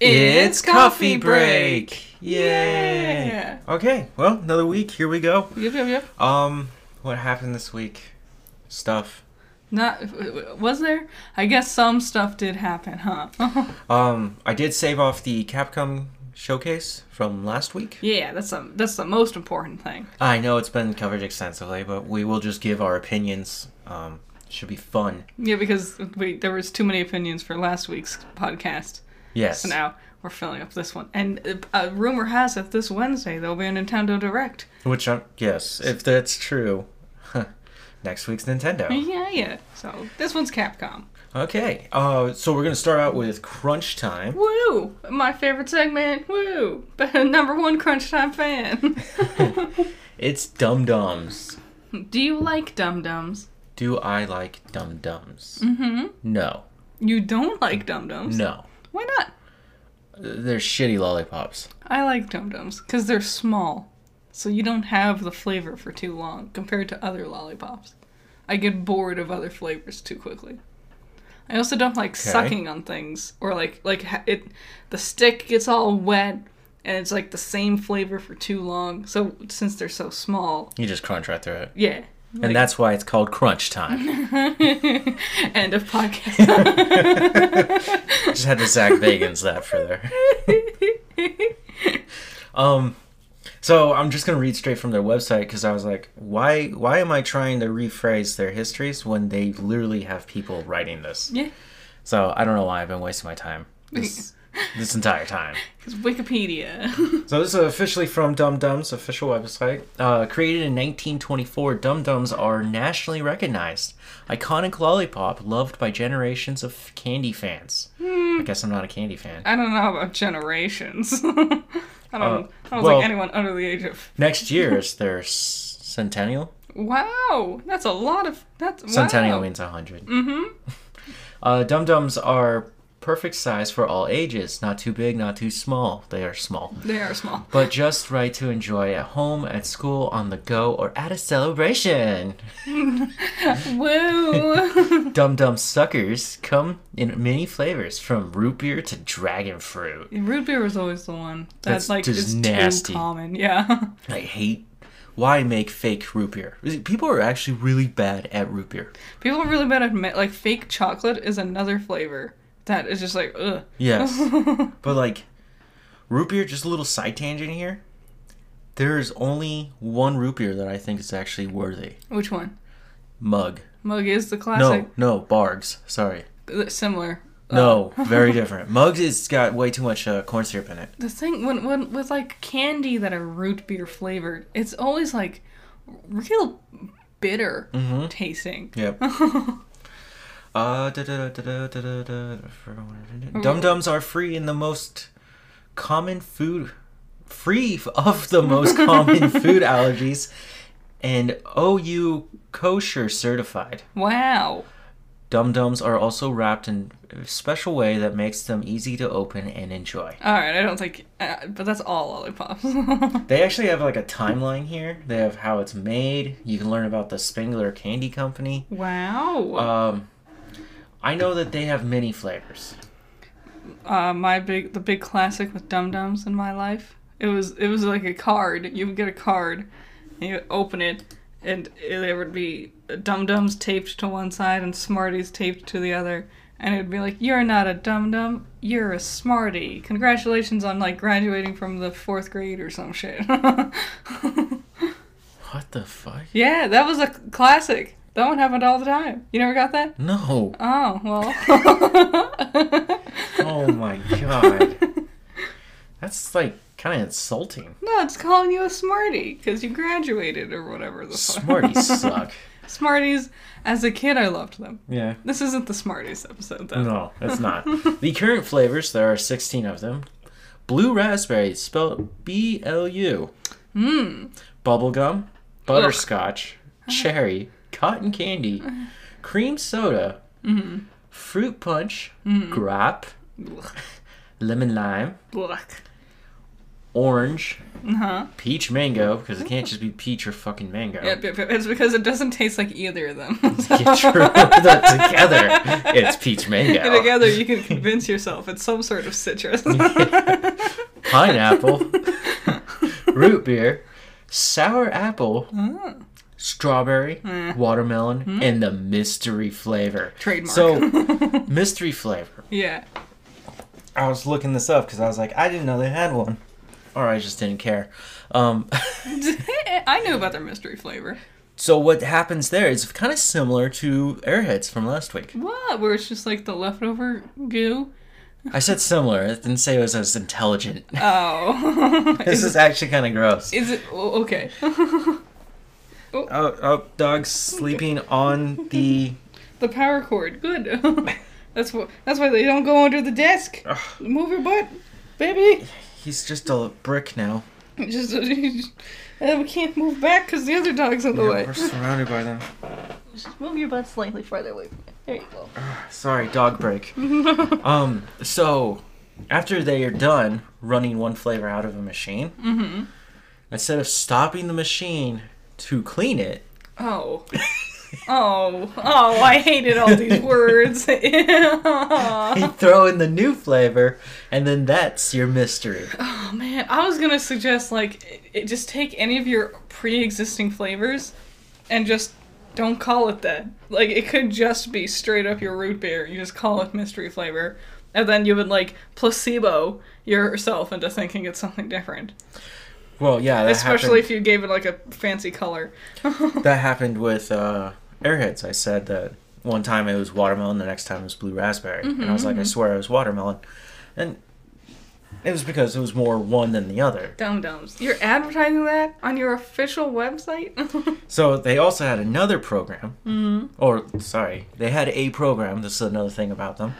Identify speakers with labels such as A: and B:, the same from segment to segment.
A: It's coffee break. Yay.
B: Yeah.
A: Okay, well, another week. Here we go.
B: Yep, yep, yep.
A: Um, what happened this week? Stuff.
B: Not w- w- was there? I guess some stuff did happen, huh?
A: Um, I did save off the Capcom showcase from last week.
B: yeah, that's the that's the most important thing.
A: I know it's been covered extensively, but we will just give our opinions. Um, should be fun.
B: Yeah, because we there was too many opinions for last week's podcast,
A: Yes.
B: so now we're filling up this one. And uh, uh, rumor has it this Wednesday there'll be a Nintendo Direct.
A: Which I'm yes, if that's true. Next week's Nintendo.
B: Yeah, yeah. So this one's Capcom.
A: Okay. Uh, so we're gonna start out with crunch time.
B: Woo! My favorite segment. Woo! Number one Crunch Time fan.
A: It's Dum Dums.
B: Do you like Dum Dums?
A: Do I like Dum Dums?
B: Mm-hmm.
A: No.
B: You don't like Dum Dums?
A: No.
B: Why not?
A: They're shitty lollipops.
B: I like Dum Dums because they're small, so you don't have the flavor for too long compared to other lollipops. I get bored of other flavors too quickly. I also don't like sucking on things or like like ha- it. The stick gets all wet and it's like the same flavor for too long. So since they're so small,
A: You just crunch right through it.
B: yeah.
A: And that's why it's called crunch time.
B: End of podcast.
A: just had to Zach Bagans that for there. Um, so I'm just gonna read straight from their website because I was like, why? Why am I trying to rephrase their histories when they literally have people writing this?
B: yeah,
A: So I don't know why I've been wasting my time this, this entire time.
B: it's Wikipedia.
A: So this is officially from Dum Dum's official website. Uh, created in 1924, Dum Dums are nationally recognized, iconic lollipop loved by generations of candy fans. I guess I'm not a candy fan.
B: I don't know about generations. I don't. I don't
A: Uh, well-
B: think anyone under the age of
A: Next year is their s- centennial.
B: Wow, that's a lot of that's
A: Centennial
B: wow.
A: means 100. Mm-hmm. Uh, Dum Dums are perfect size for all ages. Not too big, not too small. They are small.
B: They are small.
A: But just right to enjoy at home, at school, on the go, or at a celebration.
B: Woo!
A: Dum Dum Suckers come in many flavors, from root beer to dragon fruit.
B: Root beer was always the one that's,
A: That's
B: like
A: just
B: it's
A: nasty.
B: too common. Yeah,
A: I hate. Why make fake root beer? People are actually really bad at root beer.
B: people are really bad at ma- like fake chocolate is another flavor that is just like ugh.
A: Yes. but like root beer, just a little side tangent here. There is only one root beer that I think is actually worthy.
B: Which one?
A: Mug.
B: Mug is the
A: No,
B: classic.
A: no, Bargs. Sorry.
B: Th- Similar.
A: No, very different. Mugs has got way too much uh, corn syrup in it.
B: The thing when when with like candy that are root beer flavored, it's always like real bitter tasting.
A: Yep. uh, Dum Dums are free in the most common food, free of the most common food allergies, and OU kosher certified.
B: Wow.
A: Dum Dums are also wrapped in a special way that makes them easy to open and enjoy.
B: All right, I don't think, uh, but that's all lollipops.
A: They actually have like a timeline here. They have how it's made. You can learn about the Spengler Candy Company.
B: wow.
A: Um, I know that they have many flavors.
B: uh, my big the big classic with Dum Dums in my life. It was it was like a card. You would get a card, and you would open it, and there would be Dum Dums taped to one side and Smarties taped to the other, and it would be like, "You're not a Dum Dum, you're a Smartie. Congratulations on like graduating from the fourth grade or some shit."
A: What the fuck?
B: yeah, that was a classic. That one happened all the time. You never got that?
A: No.
B: Oh well.
A: Oh my god. That's like kind of insulting.
B: No, it's calling you a smarty because you graduated or whatever the fuck.
A: Smarties suck.
B: Smarties. As a kid, I loved them.
A: Yeah.
B: This isn't the Smarties episode though.
A: No, it's not. the current flavors, there are 16 of them. Blue raspberry, spelled B L U.
B: Hmm.
A: Bubblegum, butterscotch, cherry, cotton candy, cream soda, fruit punch, grape, grap,
B: Ugh.
A: lemon lime,
B: Look.
A: orange,
B: Uh huh.
A: peach mango, because it can't just be peach or fucking mango.
B: Yep, yep, yep. It's because it doesn't taste like either of them.
A: Get your that together. It's peach mango.
B: And together, you can convince yourself it's some sort of citrus.
A: Pineapple, root beer, sour apple,
B: Mm.
A: strawberry, watermelon, and the mystery flavor.
B: Trademark.
A: So, mystery flavor.
B: yeah.
A: I was looking this up because I was like, I didn't know they had one. Or I just didn't care. Um,
B: I knew about their mystery flavor.
A: so what happens there is kind of similar to Airheads from last week.
B: What? Where it's just like the leftover goo?
A: I said similar. I didn't say it was as intelligent.
B: Oh.
A: this is actually kind of gross.
B: Is it o- okay?
A: Oh, oh, dog's sleeping on the.
B: the power cord. Good. that's what. That's why they don't go under the desk. Move your butt, baby.
A: He's just a brick now.
B: Just uh, we can't move back because the other dog's in the
A: Yeah,
B: way.
A: we're surrounded by them.
B: Just move your butt slightly farther away. There you go.
A: Sorry, dog break.
B: Mm-hmm.
A: um, so after they are done running one flavor out of a machine, instead of stopping the machine to clean it,
B: Oh. Oh, oh, I hated all these words.
A: they
B: oh
A: throw in the new flavor, and then that's your mystery.
B: Oh, man, I was gonna suggest like i i- just take any of your pre-existing flavors and just don't call it that. Like it could just be straight up your root beer. You just call it mystery flavor. And then you would like placebo yourself into thinking it's something different.
A: Well, yeah, that
B: Especially
A: happened,
B: if you gave it like a fancy color.
A: that happened with uh, Airheads. I said that one time it was watermelon, the next time it was blue raspberry, and I was like, I swear it was watermelon, and it was because it was more one than the other.
B: Dum dums. You're advertising that on your official website?
A: So they also had another program, or sorry, they had a program. This is another thing about them,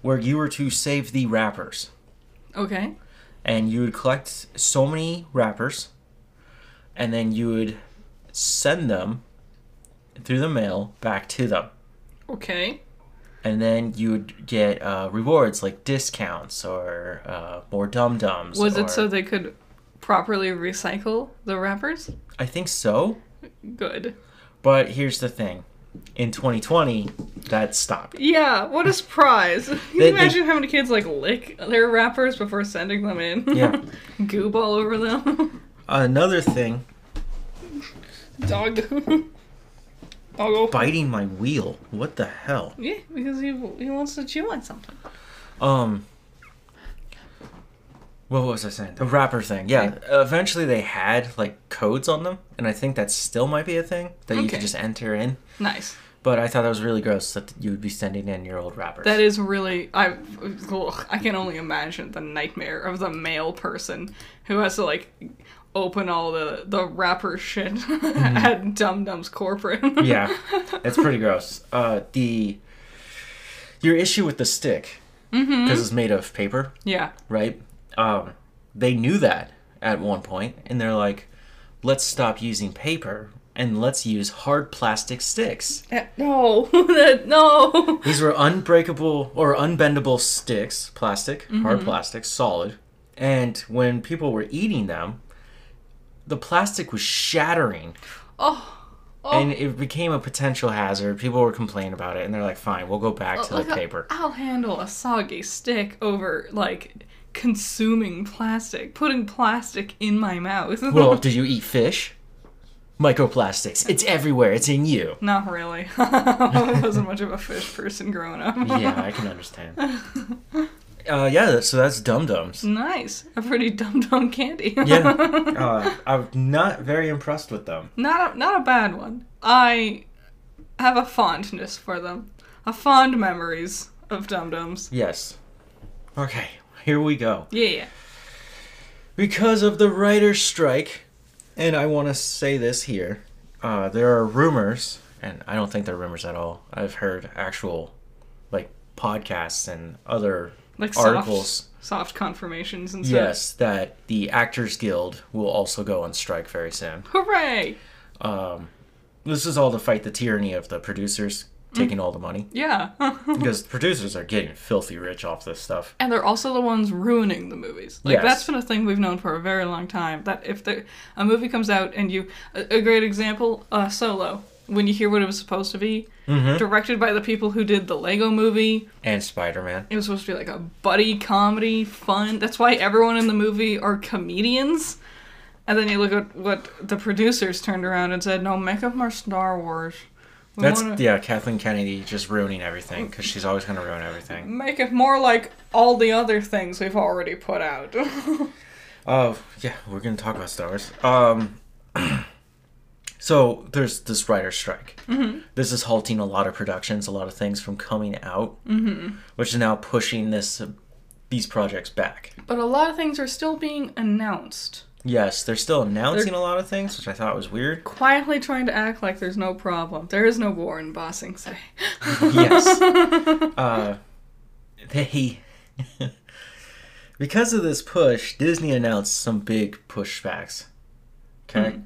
A: where you were to save the wrappers,
B: okay.
A: and you would collect so many wrappers, and then you would send them through the mail back to them,
B: Okay.
A: and then you would get uh, rewards like discounts or uh, more dum dums.
B: Was it so they could properly recycle the wrappers?
A: I think so,
B: Good.
A: but here's the thing: in 2020, that stopped.
B: Yeah, what a surprise. Can you
A: They- they-
B: imagine how many kids like lick their wrappers before sending them in?
A: Yeah.
B: Goob all over them.
A: Another thing
B: Dog. Doggo.
A: biting my wheel. What the hell?
B: Yeah, because he, he wants to chew on something.
A: Um. What was I saying? The wrapper thing. Yeah. Eventually, they had like codes on them, and I think that still might be a thing that you
B: Okay.
A: could just enter in.
B: Nice.
A: But I thought that was really gross that you would be sending in your old wrappers.
B: That is really I ugh, I can only imagine the nightmare of the male person who has to like open all the the rapper shit at Dum Dum's corporate.
A: Mm-hmm. yeah, that's pretty gross. Uh, the your issue with the stick because it's made of paper.
B: yeah.
A: right? Um, they knew that at one point, and they're like, "Let's stop using paper and let's use hard plastic sticks."
B: Uh, No. That- no.
A: These were unbreakable or unbendable sticks, plastic, hard
B: Mm-hmm.
A: plastic, solid. And when people were eating them, the plastic was shattering.
B: Oh.
A: And it became a potential hazard. People were complaining about it, and they're like, "Fine, we'll go back to
B: Like,
A: the paper."
B: I'll handle a soggy stick over like consuming plastic, putting plastic in my mouth.
A: well, did you eat fish? Microplastics. It's everywhere. It's in you.
B: Not really. I wasn't much of a fish person growing up.
A: yeah, I can understand. Uh, yeah, that- so that's Dum Dums.
B: Nice. A pretty dum dum candy.
A: Yeah, uh, I'm not very impressed with them.
B: not a, not a bad one. I have a fondness for them. A fond memories of dum dums.
A: Yes. Okay, here we go.
B: Yeah, yeah.
A: Because of the writer's strike, and I want to say this here, uh, there are rumors, and I don't think they're rumors at all. I've heard actual, like, podcasts and other
B: Like
A: articles.
B: soft soft confirmations and stuff.
A: Yes, that the Actors Guild will also go on strike very soon.
B: Hooray!
A: um, this is all to fight the tyranny of the producers taking all the money
B: Yeah.
A: because the producers are getting filthy rich off this stuff.
B: and they're also the ones ruining the movies. Like
A: Yes.
B: that's been a thing we've known for a very long time. That if there, a movie comes out and you, a, a great example, uh, Solo. When you hear what it was supposed to be,
A: Mm-hmm.
B: directed by the people who did the Lego Movie,
A: And Spider Man.
B: it was supposed to be like a buddy comedy, fun. That's why everyone in the movie are comedians. And then you look at what the producers turned around and said, "No, make up more Star Wars. We
A: That's
B: wanna
A: yeah, Kathleen Kennedy just ruining everything because she's always gonna ruin everything.
B: make it more like all the other things we've already put out."
A: Oh yeah, we're gonna talk about Star Wars. Um, so there's this writer strike. Mm-hmm. This is halting a lot of productions, a lot of things from coming out, mm-hmm. which is now pushing this these projects back.
B: But a lot of things are still being announced.
A: Yes, they're still announcing a lot of things, which I thought was weird.
B: Quietly trying to act like there's no problem. There is no war in Ba Sing Se.
A: yes. Uh, they. because of this push, Disney announced some big pushbacks. Okay?
B: Hmm.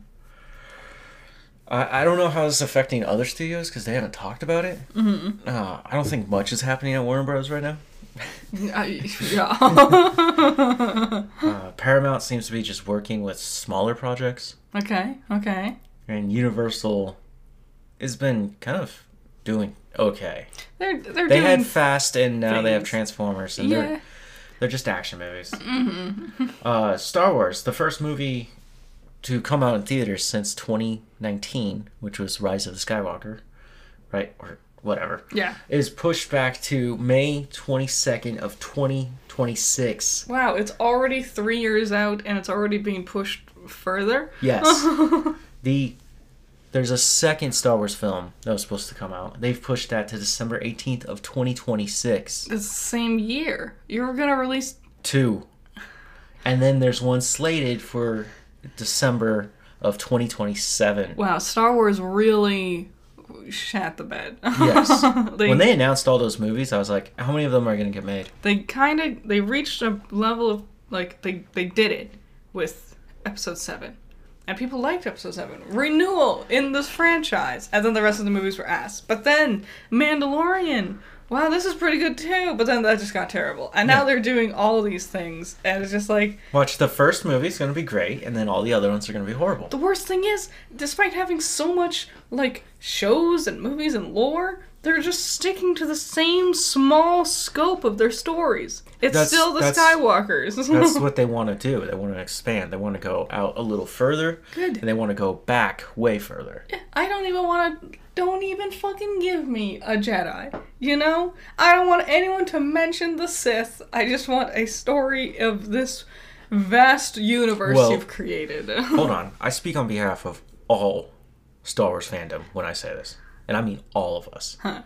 A: I, I don't know how this is affecting other studios because they haven't talked about it. Mm-hmm. Uh, I don't think much is happening at Warner Bros. right now.
B: I- yeah.
A: Uh, Paramount seems to be just working with smaller projects,
B: okay, okay.
A: and Universal has been kind of doing okay.
B: They're they're
A: They
B: doing
A: had Fast, and now they have
B: things.
A: Transformers, and they're
B: yeah.
A: They're just action movies. uh, Star Wars, the first movie to come out in theaters since 2019, which was Rise of the Skywalker, right? Or whatever,
B: Yeah.
A: is pushed back to May 22nd of 2026.
B: Wow, it's already three years out and it's already being pushed further.
A: Yes. the there's a second Star Wars film that was supposed to come out. They've pushed that to December 18th of 2026.
B: It's the same year. You were gonna release
A: Two. And then there's one slated for December of 2027.
B: Wow, Star Wars really shat the bed.
A: Yes.
B: they,
A: when they announced all those movies, I was like, how many of them are going to get made?
B: they kind of they reached a level of like they they did it with episode 7 and people liked episode 7 renewal in this franchise and then the rest of the movies were ass but then mandalorian wow this is pretty good too but then that just got terrible and now
A: Yeah.
B: they're doing all these things and it's just like
A: Watch the first movie is going to be great, and then all the other ones are going to be horrible.
B: the worst thing is despite having so much like shows and movies and lore they're just sticking to the same small scope of their stories it's
A: That's-
B: still the
A: that's-
B: skywalkers
A: That's what they want to do. They want to expand. They want to go out a little further,
B: Good.
A: and they want to go back way further.
B: I don't even want to. Don't even fucking give me a Jedi. You know? I don't want anyone to mention the Sith. I just want a story of this vast universe
A: Well-
B: you've created.
A: Hold on. I speak on behalf of all Star Wars fandom when I say this, and I mean all of us.
B: Huh.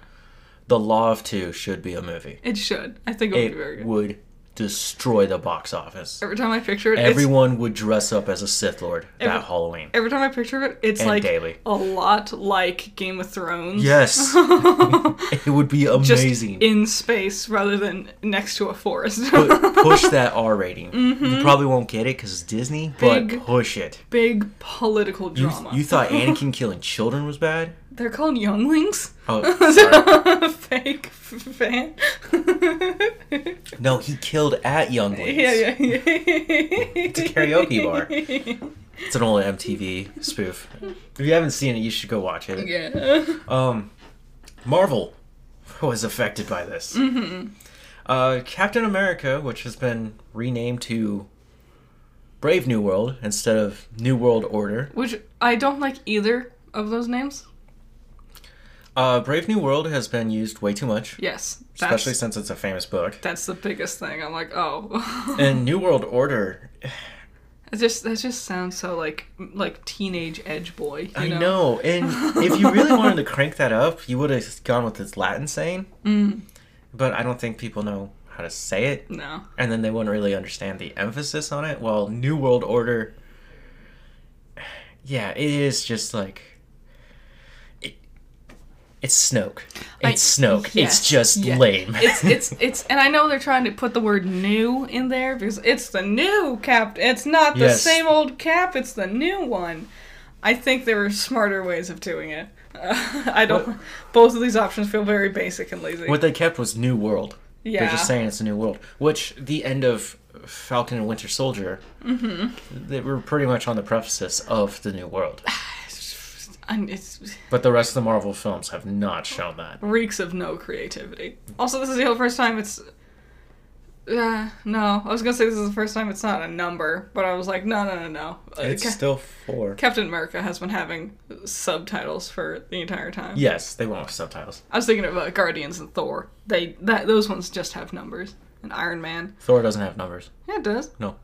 A: The Law of Two should be a movie.
B: it should. I think it would be very
A: It
B: good.
A: would destroy the box office.
B: Every time I picture it, it's.
A: Everyone would dress up as a Sith Lord that
B: Every-
A: Halloween.
B: Every time I picture it, it's
A: And
B: like
A: daily.
B: a lot like Game of Thrones.
A: Yes. it would be
B: Just
A: amazing.
B: in space rather than next to a forest.
A: Pu- push that R rating. You probably won't get it because it's Disney, but
B: Mm-hmm. Big
A: push it.
B: Big political
A: You,
B: drama.
A: you thought Anakin killing children was bad?
B: They're called younglings?
A: Oh, sorry.
B: fake fan.
A: no, he killed at Younglings.
B: yeah, yeah, yeah. it's
A: It's a karaoke bar. It's an old MTV spoof. If you haven't seen it, you should go watch it.
B: Yeah.
A: Um, Marvel was affected by this. Mm-hmm. Uh, Captain America, which has been renamed to Brave New World instead of New World Order.
B: Which I don't like either of those names.
A: Uh, Brave New World has been used way too much,
B: Yes. That's,
A: especially since it's a famous book.
B: that's the biggest thing. I'm like, oh.
A: And New World Order,
B: it just that just sounds so like like teenage edge boy. You
A: I
B: know?
A: know. And if you really wanted to crank that up, you would have gone with this Latin saying.
B: Mm.
A: But I don't think people know how to say it,
B: No.
A: and then they wouldn't really understand the emphasis on it. While New World Order, yeah, it is just like it. It's Snoke.
B: I-
A: It's Snoke.
B: yes,
A: It's just
B: yeah.
A: lame.
B: It's it's it's and I know they're trying to put the word new in there because it's the new cap. It's not the
A: Yes.
B: same old cap, it's the new one. I think there are smarter ways of doing it. I don't. Both of these options feel very basic and lazy.
A: What they kept was New World.
B: yeah.
A: They're just saying it's a new world, which the end of Falcon and Winter Soldier,
B: Mm-hmm.
A: they were pretty much on the precipice of the new world.
B: And it's
A: But the rest of the Marvel films have not shown that.
B: reeks of no creativity. Also, this is the first time it's. Yeah, no. I was gonna say this is the first time it's not a number, but I was like, no, no, no, no. Uh, Ca-
A: still four.
B: Captain America has been having subtitles for the entire time.
A: Yes, they went with subtitles.
B: I was thinking of uh, Guardians and Thor. They that those ones just have numbers. And Iron Man.
A: Thor doesn't have numbers.
B: Yeah, it does.
A: No.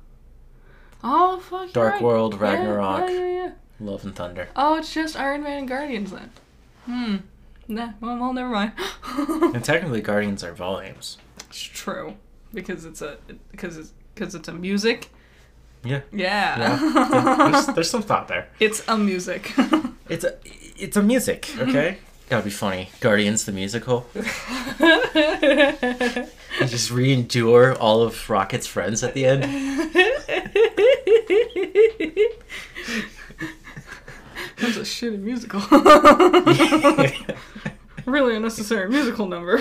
B: Oh fuck. you're
A: Dark
B: right.
A: World,
B: Yeah,
A: Ragnarok,
B: Yeah, yeah, yeah.
A: Love and Thunder.
B: Oh, it's just Iron Man and Guardians then. Hmm. Nah. Well, well never mind.
A: And technically, Guardians are volumes.
B: it's true because it's a because it's because it's a music.
A: Yeah.
B: Yeah.
A: Yeah. there's, there's some thought there.
B: it's a music.
A: It's a, it's a music, okay? Gotta be funny. Guardians the musical. You just re-endure all of Rocket's friends at the end.
B: That's a shitty musical. really unnecessary musical number.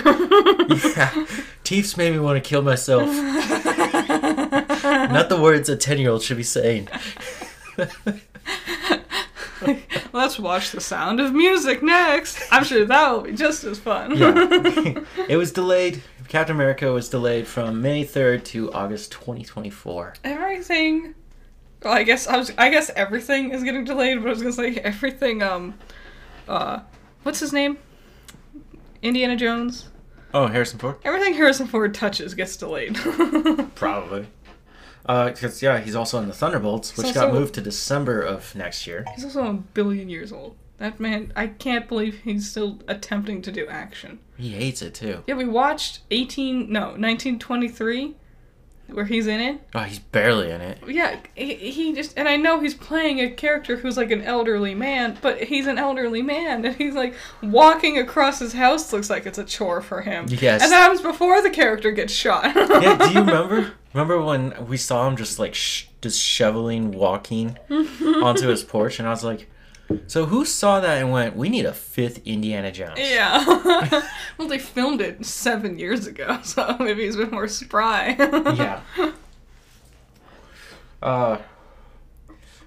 A: Teefs made me want to kill myself. Not the words a 10 year old should be saying.
B: Let's watch The Sound of Music next. I'm sure that will be just as fun.
A: Yeah. it was delayed. Captain America was delayed from May 3rd to August 2024.
B: everything. Well, I guess I was. I guess everything is getting delayed. But I was gonna say everything. Um, uh, what's his name? Indiana Jones.
A: Oh, Harrison Ford?
B: Everything Harrison Ford touches gets delayed.
A: Probably. Because, yeah, he's also in the Thunderbolts, which
B: He's
A: got
B: also-
A: moved to December of next year.
B: He's also a billion years old. That man, I can't believe he's still attempting to do action.
A: He hates it, too.
B: Yeah, we watched 18, no, 1923, where he's in it.
A: Oh, he's barely in it.
B: Yeah, he, he just, and I know he's playing a character who's like an elderly man, but he's an elderly man, and he's like walking across his house looks like it's a chore for him.
A: Yes.
B: And that happens before the character gets shot.
A: Yeah, do you remember? Remember when we saw him just like sh- just shoveling, walking onto his porch, and I was like, "So who saw that and went, we need a fifth Indiana Jones?"
B: Yeah. well, they filmed it seven years ago, so maybe he's been more spry.
A: Yeah. Uh,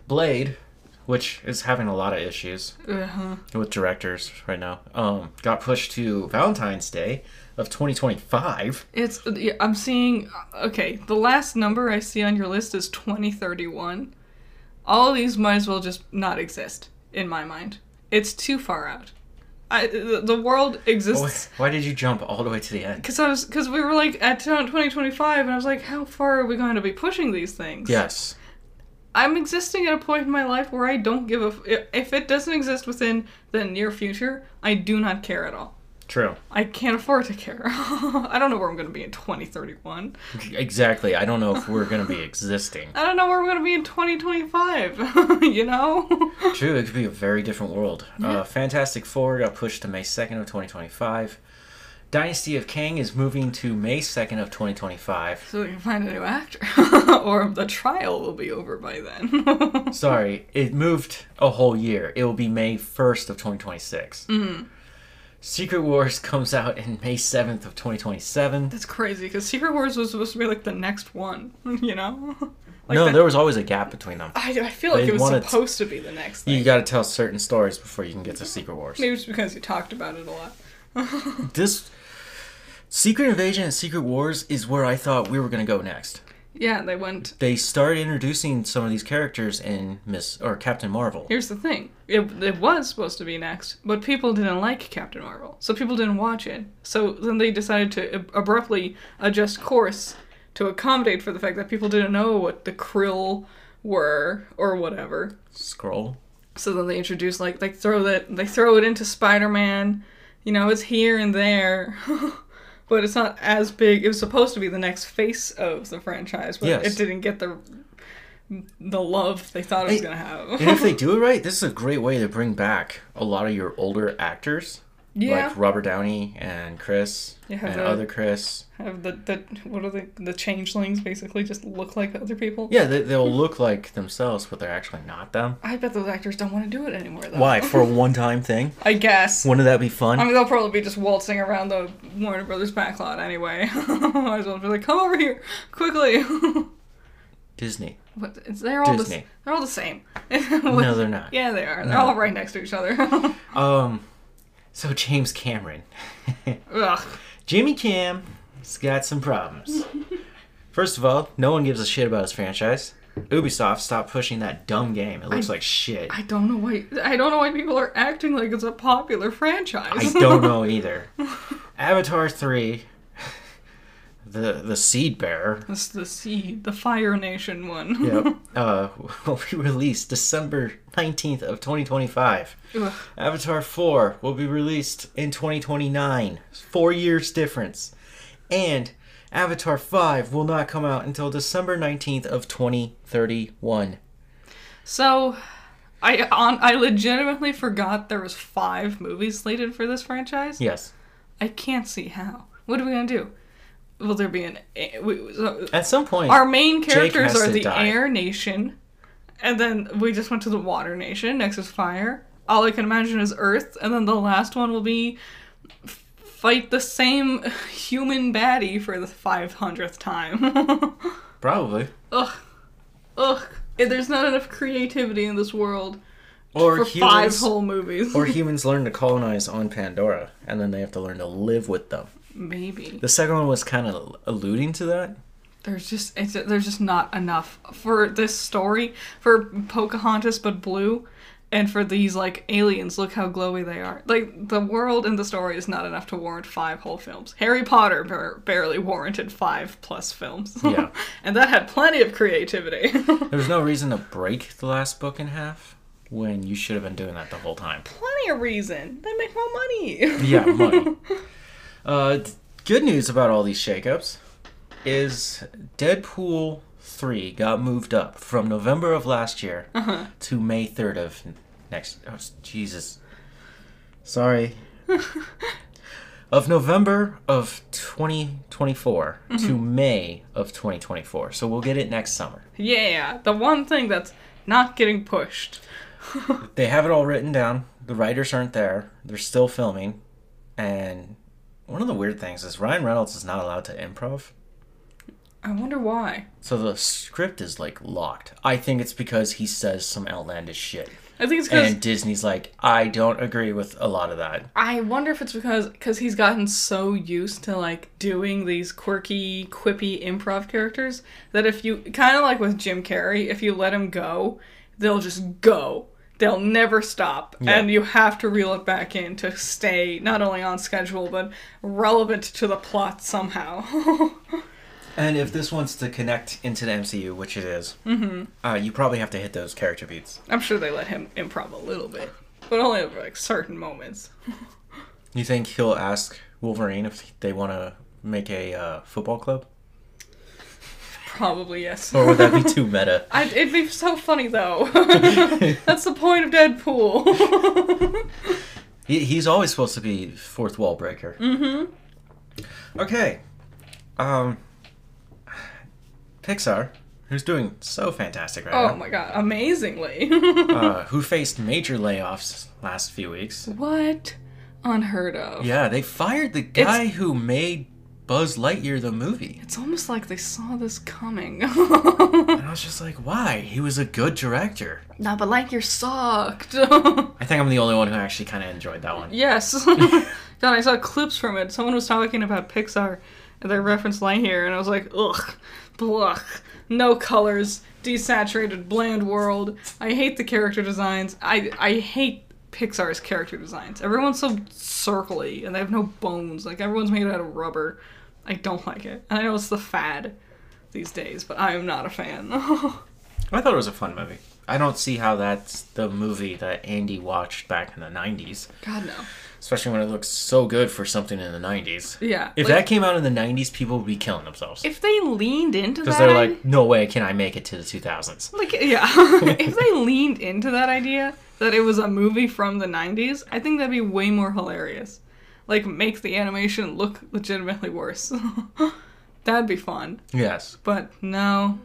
A: Blade, which is having a lot of issues
B: Uh-huh.
A: with directors right now, um, got pushed to Valentine's Day of 2025.
B: It's. yeah, I'm seeing. Okay, the last number I see on your list is 2031. All of these might as well just not exist in my mind. It's too far out. I, the, the world
A: Why,
B: exists
A: why did you jump all the way to the end?
B: because I was because we were like at 2025, and I was like, how far are we going to be pushing these things?
A: Yes.
B: I'm existing at a point in my life where I don't give a. F- if- if it doesn't exist within the near future, I do not care at all.
A: True.
B: I can't afford to care. I don't know where I'm going to be in 2031.
A: Exactly. I don't know if we're going to be existing.
B: I don't know where I'm going to be in 2025. you know?
A: True, it could be a very different world. Uh, Fantastic Four got pushed to May 2nd of 2025. Dynasty of Kang is moving to May 2nd of 2025.
B: so we can find a new actor. or the trial will be over by then.
A: Sorry, it moved a whole year. It will be May 1st of 2026.
B: Mm-hmm.
A: Secret Wars comes out in May 7th of 2027.
B: That's crazy because Secret Wars was supposed to be like the next one. You know? Like
A: no,
B: that-
A: there was always a gap between them.
B: I, I feel like
A: they
B: it was
A: wanted-
B: supposed to be the next thing.
A: You gotta tell certain stories before you can get to Secret Wars.
B: Maybe it's because you talked about it a lot.
A: This Secret Invasion and Secret Wars is where I thought we were gonna go next.
B: Yeah, they went
A: they start introducing some of these characters in Miss or Captain Marvel.
B: Here's the thing. It, it was supposed to be next, but people didn't like Captain Marvel. So people didn't watch it. So then they decided to ab- abruptly adjust course to accommodate for the fact that people didn't know what the krill were or whatever.
A: Scroll.
B: So then they introduce like they throw that they throw it into Spider-Man. You know, it's here and there. but it's not as big. It was supposed to be the next face of the franchise, but
A: Yes.
B: it didn't get the the love they thought it was
A: Hey,
B: going to have.
A: And if they do it right, this is a great way to bring back a lot of your older actors
B: Yeah.
A: like Robert Downey and Chris
B: Yeah,
A: and
B: the-
A: other Chris.
B: Have the, the what are the the changelings basically just look like other people?
A: Yeah, they, they'll look like themselves, but they're actually not them.
B: I bet those actors don't want to do it anymore though.
A: Why? For a one-time thing?
B: I guess.
A: Wouldn't that be fun?
B: I mean, they'll probably be just waltzing around the Warner Brothers backlot anyway. Might as well be like, come over here quickly.
A: Disney.
B: what, it's, they're all the,
A: Disney.
B: s- they're all the same.
A: No, they're not.
B: Yeah, they are. They're
A: No.
B: all right next to each other.
A: Um, so James Cameron,
B: Ugh.
A: Jimmy Cam's got some problems. First of all, no one gives a shit about his franchise. Ubisoft, stop pushing that dumb game. It looks like shit.
B: I don't know why. I don't know why people are acting like it's a popular franchise.
A: I don't know either. Avatar three, the the seed bearer.
B: It's the sea, the Fire Nation one.
A: Yep. Uh, will be released December nineteenth of twenty twenty five.
B: Ugh.
A: Avatar 4 will be released in 2029. Four years difference. And Avatar 5 will not come out until December 19th of 2031.
B: So, I on I legitimately forgot there was five movies slated for this franchise.
A: Yes.
B: I can't see how. What are we gonna do? Will there be an? a- we- so-
A: At some point,
B: Our main characters
A: has
B: are
A: to
B: the
A: die.
B: Air Nation, and then we just went to the Water Nation. Next is Fire. All I can imagine is Earth, and then the last one will be f- fight the same human baddie for the five hundredth time.
A: probably.
B: Ugh, ugh. And There's not enough creativity in this world
A: Or
B: for five
A: humans,
B: whole movies.
A: or humans learn to colonize on Pandora, and then they have to learn to live with them.
B: Maybe
A: The second one was kind of alluding to that.
B: there's just it's, there's just not enough for this story for Pocahontas but blue, and for these like aliens. Look how glowy they are. Like the world and the story is not enough to warrant five whole films. Harry Potter bar- barely warranted five plus films.
A: Yeah.
B: and that had plenty of creativity.
A: There's no reason to break the last book in half when you should have been doing that the whole time.
B: plenty of reason. They make more money.
A: Yeah, money. uh, th- good news about all these shakeups is Deadpool 3 got moved up from November of last year to May 3rd of n- next. Oh, s- Jesus. Sorry. of November of 2024 to May of 2024. So we'll get it next summer.
B: yeah, the one thing that's not getting pushed.
A: They have it all written down. The writers aren't there. They're still filming. And one of the weird things is Ryan Reynolds is not allowed to improv.
B: I wonder why.
A: So the script is like locked. I think it's because he says some outlandish shit.
B: I think it's because
A: And Disney's like, I don't agree with a lot of that.
B: I wonder if it's because because he's gotten so used to like doing these quirky, quippy improv characters that if you kind of like with Jim Carrey, if you let him go, they'll just go. They'll never stop,
A: Yeah.
B: and you have to reel it back in to stay not only on schedule but relevant to the plot somehow.
A: And if this wants to connect into the MCU, which it is, uh, you probably have to hit those character beats.
B: I'm sure they let him improv a little bit, but only over like certain moments.
A: You think he'll ask Wolverine if they want to make a uh, football club?
B: Probably yes.
A: Or would that be too meta?
B: I, it'd be so funny though. That's the point of Deadpool.
A: He, he's always supposed to be fourth wall breaker. Mm-hmm. Okay. Um, Pixar, who's doing so fantastic right
B: oh
A: now.
B: my god, amazingly.
A: uh, who faced major layoffs last few weeks.
B: what? Unheard of.
A: Yeah, they fired the guy who made Buzz Lightyear the movie.
B: It's almost like they saw this coming.
A: And I was just like, why? He was a good director.
B: nah, but like you're sucked.
A: I think I'm the only one who actually kind of enjoyed that one.
B: yes. god, I saw clips from it. Someone was talking about Pixar and they referenced Lightyear, and I was like, ugh, blah, no colors, desaturated, bland world. I hate the character designs. I I hate Pixar's character designs. Everyone's so circly and they have no bones. Like everyone's made out of rubber. I don't like it. And I know it's the fad these days, but I am not a fan.
A: I thought it was a fun movie. I don't see how that's the movie that Andy watched back in the 90s,
B: God no.
A: especially when it looks so good for something in the 90s.
B: Yeah.
A: If
B: like,
A: that came out in the 90s, people would be killing themselves.
B: if they leaned into
A: Because
B: that
A: they're like, no way can I make it to the 2000s.
B: Like, yeah. if they leaned into that idea that it was a movie from the 90s, I think that'd be way more hilarious. like make the animation look legitimately worse. That'd be fun.
A: Yes.
B: But no,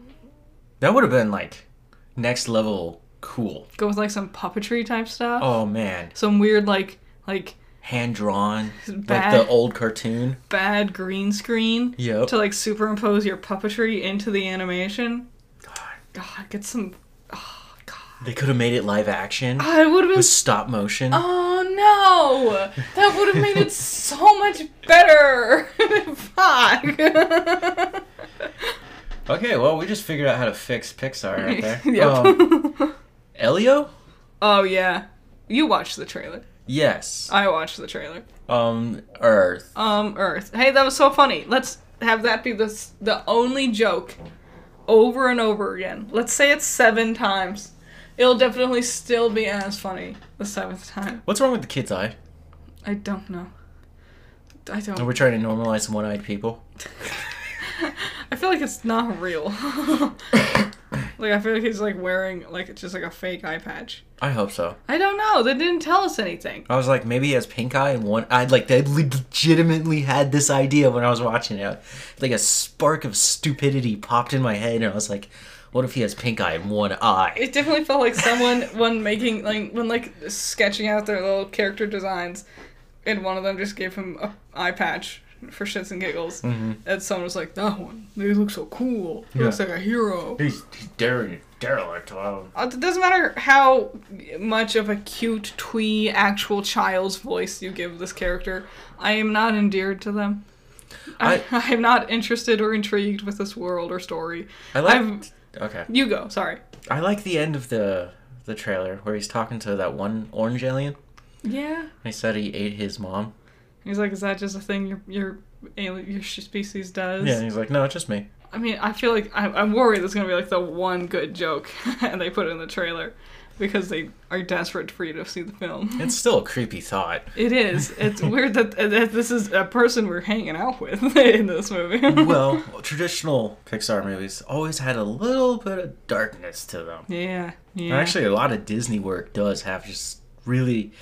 A: That would have been like next level cool.
B: go with like some puppetry type stuff.
A: Oh man.
B: Some weird like like
A: Hand drawn. Like
B: Bad.
A: the old cartoon.
B: bad green screen
A: Yep.
B: to like superimpose your puppetry into the animation. God, God get some. Oh God,
A: They could have made it live action.
B: I would have been
A: With stop motion.
B: Ah. Oh no! That would have made it so much better! Fuck!
A: Okay, well we just figured out how to fix Pixar right there. Um,
B: yep.
A: Elio?
B: oh yeah. You watched the trailer.
A: Yes.
B: I watched the trailer.
A: Um Earth.
B: Um, Earth. Hey, that was so funny. Let's have that be the, s- the only joke over and over again. Let's say it seven times. It'll definitely still be as funny the seventh time.
A: What's wrong with the kid's eye?
B: I don't know. I don't.
A: Are we trying to normalize one eyed people?
B: I feel like it's not real. like I feel like he's like wearing like just like a fake eye patch.
A: I hope so.
B: I don't know. They didn't tell us anything.
A: I was like, maybe he has pink eye and one eye. Like, I legitimately had this idea when I was watching it. Like, a spark of stupidity popped in my head, and I was like, what if he has pink eye and one eye?
B: It definitely felt like someone when making like when like sketching out their little character designs, and one of them just gave him a eye patch for shits and giggles, and someone was like, "That one, they look so cool. He looks
A: Yeah.
B: like a hero."
A: He's, he's daring, derelict. Wow.
B: Uh, It doesn't matter how much of a cute, twee, actual child's voice you give this character. I am not endeared to them. I, I am not interested or intrigued with this world or story.
A: I like.
B: I've-
A: okay.
B: You go. Sorry.
A: I like the end of the the trailer where he's talking to that one orange alien.
B: Yeah.
A: He said he ate his mom.
B: He's like, is that just a thing your your alien your sh- species does?
A: Yeah, and he's like, no, it's just me.
B: I mean, I feel like I, I'm worried there's gonna be like the one good joke, and they put it in the trailer because they are desperate for you to see the film.
A: It's still a creepy thought.
B: It is. It's weird that, uh, that this is a person we're hanging out with in this movie.
A: Well, traditional Pixar movies always had a little bit of darkness to them.
B: yeah, yeah.
A: Actually, a lot of Disney work does have just really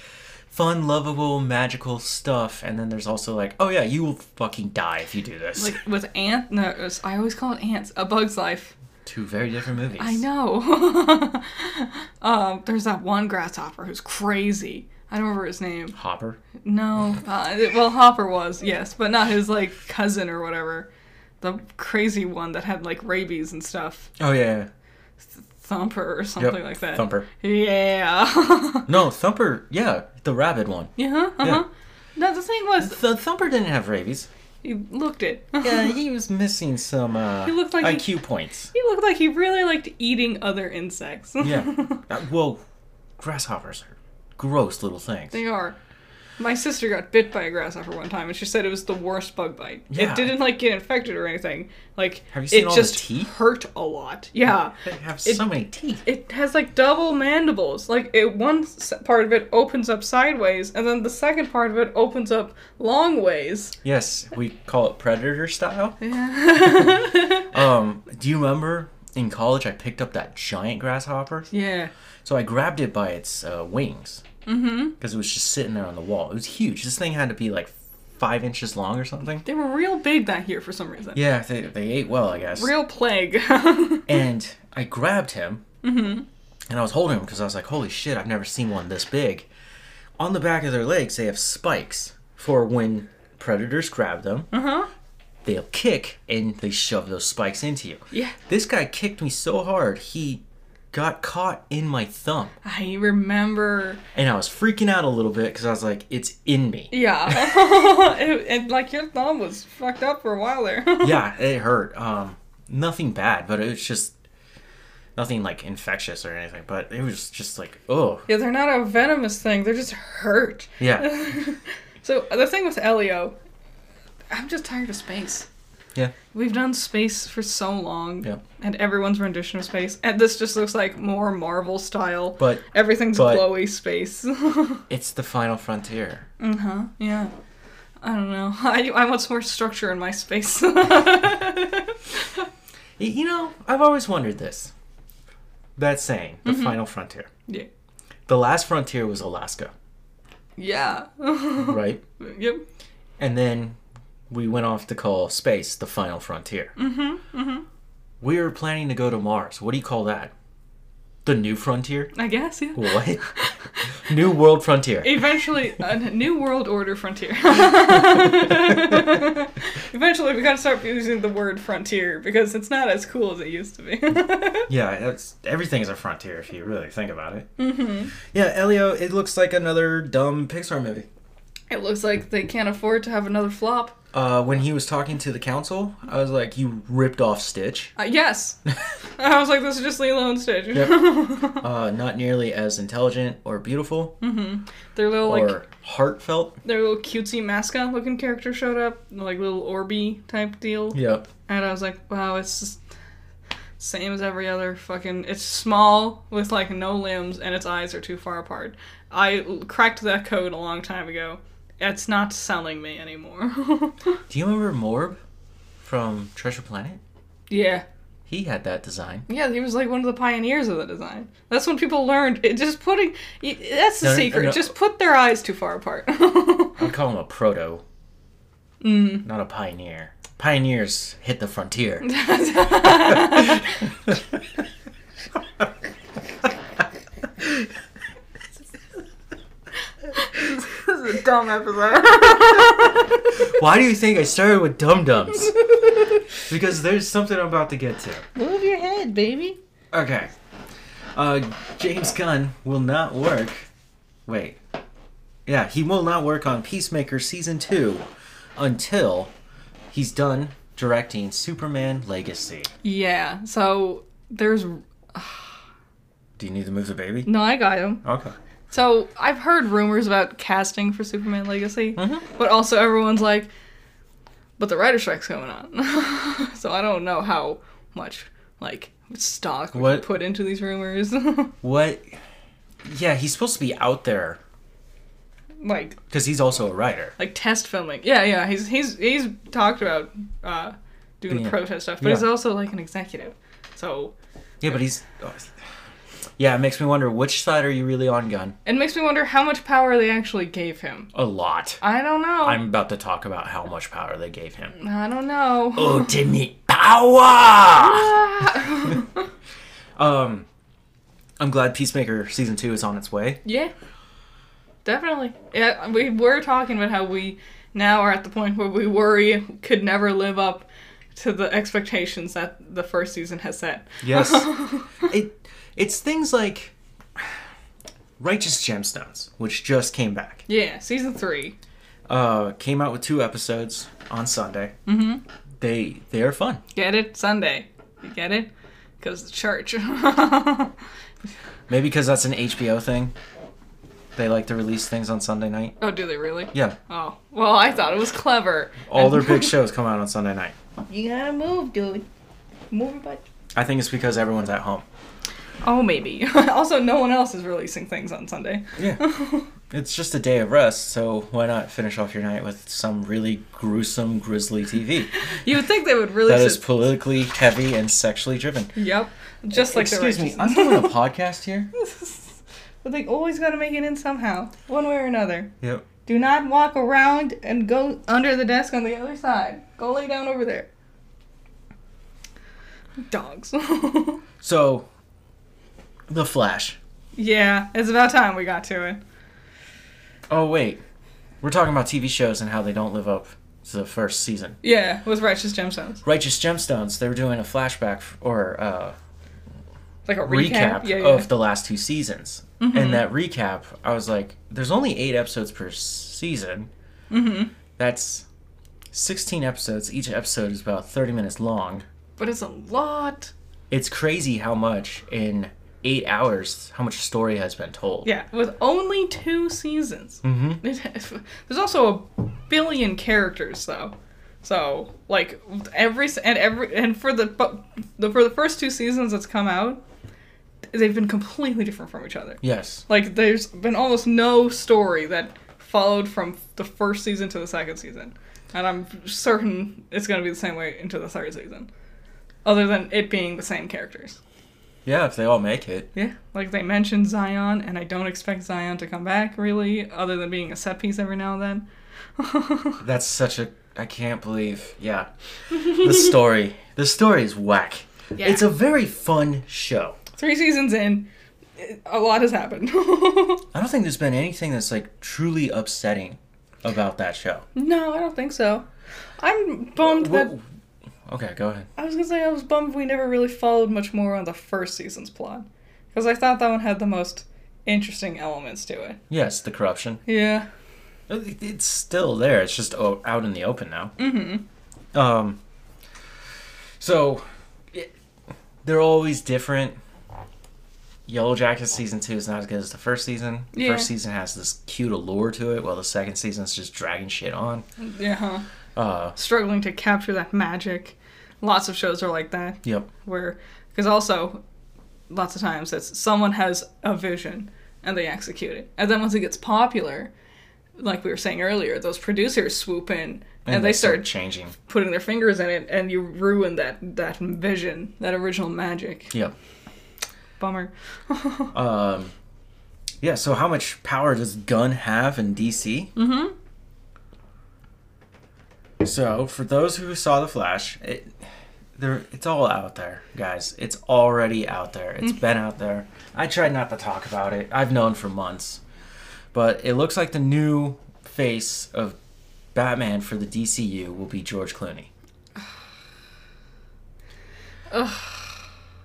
A: fun, lovable, magical stuff. And then there's also like, oh yeah, you will fucking die if you do this.
B: like with ant. No, it was- I always call it ants. A Bug's Life.
A: Two very different movies.
B: I know. um, there's that one grasshopper who's crazy. I don't remember his name.
A: Hopper.
B: No. Uh, it- well, Hopper was yes, but not his like cousin or whatever. The crazy one that had like rabies and stuff.
A: Oh yeah.
B: Thumper or something like that.
A: Thumper.
B: Yeah.
A: No, Thumper. Yeah, the rabid one.
B: yeah. Uh-huh. No, the thing was,
A: Th- Thumper didn't have rabies.
B: He looked it.
A: Yeah, he was missing some uh,
B: He looked like
A: IQ points.
B: he looked like he really liked eating other insects.
A: Yeah. Uh, well, grasshoppers are gross little things.
B: they are. My sister got bit by a grasshopper one time, and she said it was the worst bug bite.
A: Yeah.
B: It didn't like get infected or anything. Like
A: Have you seen
B: it
A: all the
B: just
A: teeth?
B: hurt a lot. Yeah.
A: They have
B: It-
A: so many teeth.
B: It has like double mandibles. Like it, one s- part of it opens up sideways, and then the second part of it opens up long ways.
A: Yes, we call it predator style.
B: Yeah.
A: Um, do you remember in college I picked up that giant grasshopper?
B: yeah.
A: So I grabbed it by its uh, wings
B: Mm-hmm.
A: because it was just sitting there on the wall. It was huge. This thing had to be like five inches long or something.
B: They were real big that year for some reason.
A: Yeah, they, they ate well, I guess.
B: Real plague.
A: And I grabbed him and I was holding him because I was like, holy shit, I've never seen one this big. On the back of their legs, they have spikes for when predators grab them,
B: Uh huh.
A: they'll kick and they shove those spikes into you.
B: Yeah.
A: This guy kicked me so hard, he got caught in my thumb.
B: I remember.
A: And I was freaking out a little bit because I was like, it's in me.
B: Yeah. it, and like your thumb was fucked up for a while there.
A: yeah, it hurt. Um, nothing bad, but it was just nothing like infectious or anything. But it was just like, oh,
B: yeah, they're not a venomous thing. They're just hurt.
A: yeah.
B: So the thing with Elio, I'm just tired of space.
A: Yeah.
B: We've done space for so long.
A: Yeah.
B: And everyone's rendition of space. And this just looks like more Marvel style.
A: But
B: Everything's
A: but-
B: glowy space. uh
A: it's the final frontier.
B: huh. Yeah. I don't know. I, I want some more structure in my space.
A: Y- You know, I've always wondered this Mm-hmm. that saying, the final frontier.
B: yeah.
A: The last frontier was Alaska.
B: Yeah.
A: right?
B: Yep.
A: And then we went off to call space the final frontier. Mm-hmm. We were planning to go to Mars. What do you call that? The new frontier?
B: I guess, yeah.
A: What? new world frontier.
B: Eventually, a new world order frontier. Eventually, we gotta start using the word frontier because it's not as cool as it used to be.
A: Yeah, it's, everything's a frontier if you really think about it. Mm-hmm. Yeah, Elio, it looks like another dumb Pixar movie.
B: it looks like they can't afford to have another flop.
A: Uh, when he was talking to the council, I was like, "You ripped off Stitch."
B: Uh, yes. I was like, this is just Lilo and Stitch.
A: Uh, not nearly as intelligent or beautiful
B: Their little
A: or
B: like
A: heartfelt.
B: their little cutesy mascot looking character showed up, like little Orby type deal.
A: Yep.
B: And I was like, wow, it's just same as every other fucking. It's small with like no limbs and its eyes are too far apart. I l- cracked that code a long time ago. It's not selling me anymore.
A: Do you remember Morb from Treasure Planet?
B: yeah.
A: He had that design.
B: Yeah, he was like one of the pioneers of the design. That's when people learned. It, just putting. y- That's the
A: No, no,
B: secret.
A: no.
B: Just put their eyes too far apart.
A: I'd call him a proto, mm. not a pioneer. Pioneers hit the frontier.
B: this is a dumb episode.
A: Why do you think I started with dum dums? because there's something I'm about to get to.
B: Move your head, baby.
A: Okay. Uh, James Gunn will not work. Wait. Yeah, he will not work on Peacemaker season two until he's done directing Superman Legacy.
B: Yeah. So there's
A: Do you need to move the baby?
B: no, I got him.
A: Okay.
B: So I've heard rumors about casting for Superman Legacy,
A: Mm-hmm.
B: but also everyone's like, but the writer strike's going on, so I don't know how much like stock we
A: What-
B: put into these rumors.
A: What? Yeah, he's supposed to be out there
B: like
A: because he's also a writer.
B: like test filming. Yeah, yeah. He's he's he's talked about uh, doing
A: Yeah.
B: protest stuff, but he's
A: Yeah.
B: also like an executive. So
A: Yeah, but he's. oh. Yeah, it makes me wonder which side are you really on, Gunn?
B: it makes me wonder how much power they actually gave him.
A: A lot.
B: I don't know.
A: I'm about to talk about how much power they gave him.
B: I don't know.
A: Ultimate power!
B: Ah.
A: Um, I'm glad Peacemaker season two is on its way.
B: Yeah, definitely. Yeah, we were talking about how we now are at the point where we worry could never live up to the expectations that the first season has set.
A: Yes, it it's things like Righteous Gemstones, which just came back.
B: Yeah, season three.
A: Uh, came out with two episodes on Sunday. Mm-hmm. They they are fun.
B: Get it Sunday. You get it? Because the church. Oh,
A: Maybe because that's an HBO thing. They like to release things on Sunday night.
B: oh, do they really?
A: Yeah,
B: Oh, well, I thought it was clever.
A: all their big shows come out on Sunday night.
B: You gotta move, dude. Move your butt.
A: I think it's because everyone's at home.
B: Oh, maybe. also, no one else is releasing things on Sunday.
A: Yeah. It's just a day of rest, so why not finish off your night with some really gruesome, grisly TV?
B: You would think they would release
A: that is
B: it.
A: politically heavy and sexually driven.
B: Yep. Just like
A: Excuse
B: the
A: me,
B: righteous.
A: I'm doing a podcast here.
B: But they always gotta make it in somehow, one way or another.
A: Yep.
B: Do not walk around and go under the desk on the other side. Go lay down over there. Dogs.
A: So, The Flash.
B: yeah, it's about time we got to it.
A: Oh wait, we're talking about TV shows and how they don't live up to the first season.
B: Yeah, with righteous gemstones,
A: Righteous Gemstones. They were doing a flashback f- or uh,
B: like a
A: recap,
B: recap. yeah, yeah.
A: of the last two seasons. And that recap, I was like, there's only eight episodes per season. Mm-hmm. That's 16 episodes. Each episode is about 30 minutes long.
B: but it's a lot.
A: It's crazy how much in eight hours, how much story has been told.
B: Yeah, with only two seasons. Mm-hmm. There's also a billion characters though, so like every and every and for the, bu- the for the first two seasons that's come out, they've been completely different from each other.
A: Yes.
B: Like there's been almost no story that followed from the first season to the second season, and I'm certain it's gonna be the same way into the third season, other than it being the same characters.
A: Yeah, if they all make it.
B: Yeah, like they mentioned Zion, and I don't expect Zion to come back really, other than being a set piece every now and then.
A: That's such a. I can't believe. Yeah. The story. the story is whack.
B: Yeah.
A: It's a very fun show.
B: Three seasons in, it- a lot has happened.
A: I don't think there's been anything that's like truly upsetting about that show.
B: no, I don't think so. I'm bummed that
A: Wha- Okay, go ahead.
B: I was gonna say I was bummed we never really followed much more on the first season's plot because I thought that one had the most interesting elements to it.
A: Yes, the corruption.
B: Yeah.
A: It- It's still there. It's just o- out in the open now. Mm-hmm. Um. So, it, they're always different. Yellow Jacket season two is not as good as the first season. The
B: Yeah.
A: First season has this cute allure to it, while the second season is just dragging shit on.
B: Yeah. huh.
A: Uh.
B: Struggling to capture that magic. Lots of shows are like that.
A: Yep.
B: where because also lots of times it's someone has a vision and they execute it and then once it gets popular like we were saying earlier those producers swoop in and, they start
A: changing.
B: putting their fingers in it and you ruin that that vision that original magic
A: Yep.
B: bummer
A: Um. Yeah. So, how much power does Gunn have in DC? Mm-hmm. So, for those who saw the Flash, it there it's all out there, guys. It's already out there. It's been out there. I tried not to talk about it. I've known for months, but it looks like the new face of Batman for the DCU will be George Clooney.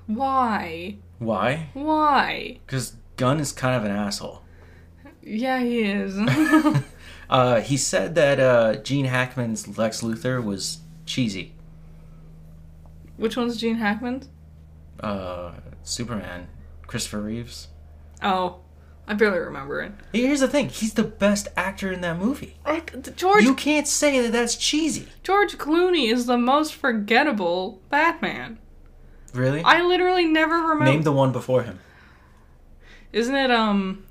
B: why
A: Why?
B: why
A: Because Gunn is kind of an asshole.
B: yeah he is
A: Uh, he said that uh, Gene Hackman's Lex Luthor was cheesy.
B: which one's gene hackman
A: Uh, Superman, Christopher Reeves.
B: oh i barely remember it
A: Here's the thing: he's the best actor in that movie.
B: Like, george
A: You can't say that that's cheesy.
B: george clooney is the most forgettable batman
A: Really?
B: I literally never remember.
A: Name the one before him.
B: Isn't it um?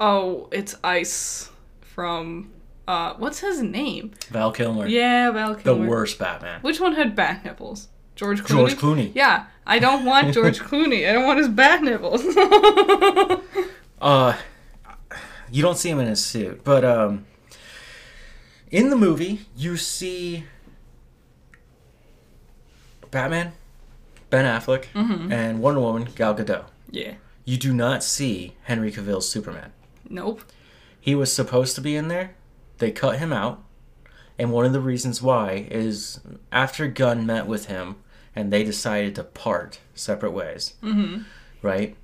B: Oh, it's Ice from uh, what's his name?
A: Val Kilmer.
B: Yeah, Val
A: The
B: Kilmer.
A: worst Batman.
B: Which one had bat nipples? George Clooney.
A: George Clooney.
B: Yeah, I don't want George Clooney. I don't want his bat nipples.
A: Uh, you don't see him in his suit, but um, in the movie you see Batman, Ben Affleck,
B: Mm-hmm.
A: and Wonder Woman, Gal Gadot.
B: yeah.
A: you do not see Henry Cavill's Superman.
B: Nope.
A: He was supposed to be in there. They cut him out. And one of the reasons why is after Gunn met with him and they decided to part separate ways, mm-hmm. right?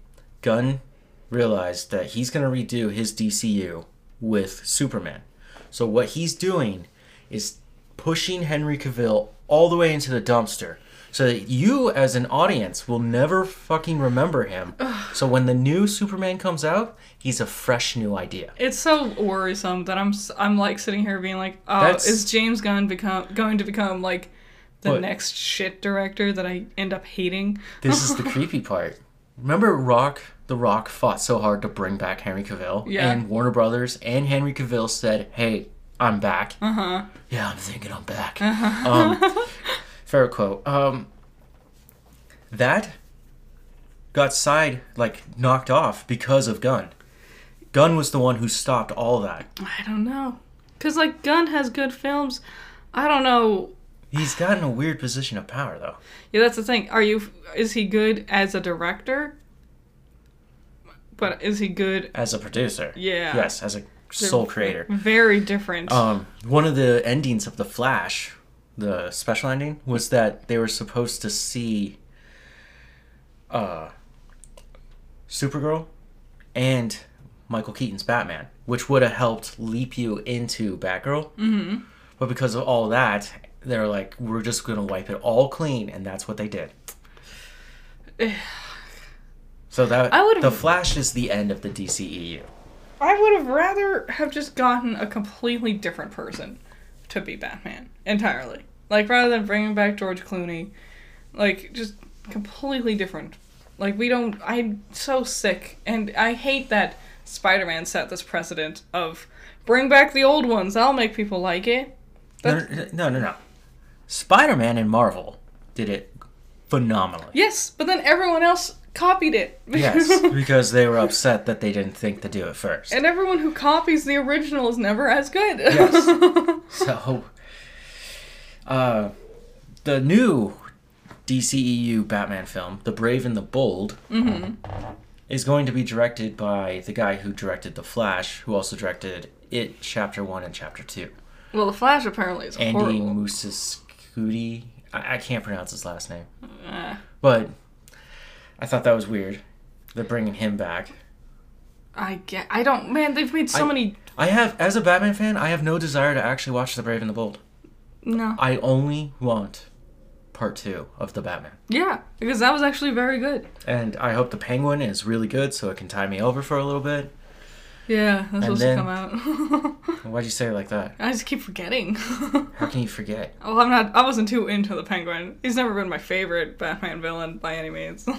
A: Gunn realized that he's going to redo his DCU with Superman. So what he's doing is pushing Henry Cavill all the way into the dumpster so that you as an audience will never fucking remember him. so when the new Superman comes out, he's a fresh new idea.
B: It's so worrisome that I'm s- I'm like sitting here being like, oh,
A: That's-
B: is James Gunn become going to become like the
A: What?
B: next shit director that I end up hating?
A: This is the creepy part. Remember Rock the Rock fought so hard to bring back Henry Cavill
B: Yeah.
A: and Warner Brothers and Henry Cavill said, "Hey, I'm back."
B: Uh huh.
A: Yeah, I'm thinking I'm back.
B: Uh-huh.
A: Um, fair quote. Um, that got side like knocked off because of Gunn. Gunn was the one who stopped all that.
B: I don't know. Cause like Gunn has good films. I don't know.
A: He's got in a weird position of power though.
B: Yeah, that's the thing. Are you is he good as a director? But is he good?
A: As a producer,
B: Yeah.
A: yes, as a sole creator.
B: Very different.
A: Um, one of the endings of the Flash, the special ending, was that they were supposed to see, uh, Supergirl, and Michael Keaton's Batman, which would have helped leap you into Batgirl. Mm-hmm. But because of all that, they're like, we're just gonna wipe it all clean, and that's what they did. So that
B: I would've-
A: the Flash is the end of the E DCEU.
B: I would have rather have just gotten a completely different person to be Batman entirely. Like rather than bringing back George Clooney, like just completely different. Like we don't. I'm so sick, and I hate that Spider-Man set this precedent of bring back the old ones. I'll make people like it.
A: No, no, no, no. Spider Man and Marvel did it phenomenally.
B: Yes, but then everyone else copied it.
A: Yes, because they were upset that they didn't think to do it first.
B: and everyone who copies the original is never as good.
A: Yes. So, uh, the new DCEU Batman film, The Brave and the Bold,
B: Mm-hmm.
A: is going to be directed by the guy who directed The Flash, who also directed It Chapter 1 and Chapter 2.
B: well, The Flash apparently is
A: Andy
B: horrible.
A: Musascuti. I, I can't pronounce his last name.
B: Eh.
A: But I thought that was weird. They're bringing him back.
B: I get. I don't. Man, they've made so
A: I-
B: many.
A: I have, as a Batman fan, I have no desire to actually watch The Brave and the Bold.
B: No.
A: I only want part two of the Batman.
B: Yeah, because that was actually very good.
A: And I hope the Penguin is really good so it can tie me over for a little bit.
B: Yeah, that's supposed
A: then-
B: to come out.
A: Why'd you say it like that?
B: I just keep forgetting.
A: How can you forget?
B: well, I'm not. I wasn't too into the Penguin. He's never been my favorite Batman villain by any means.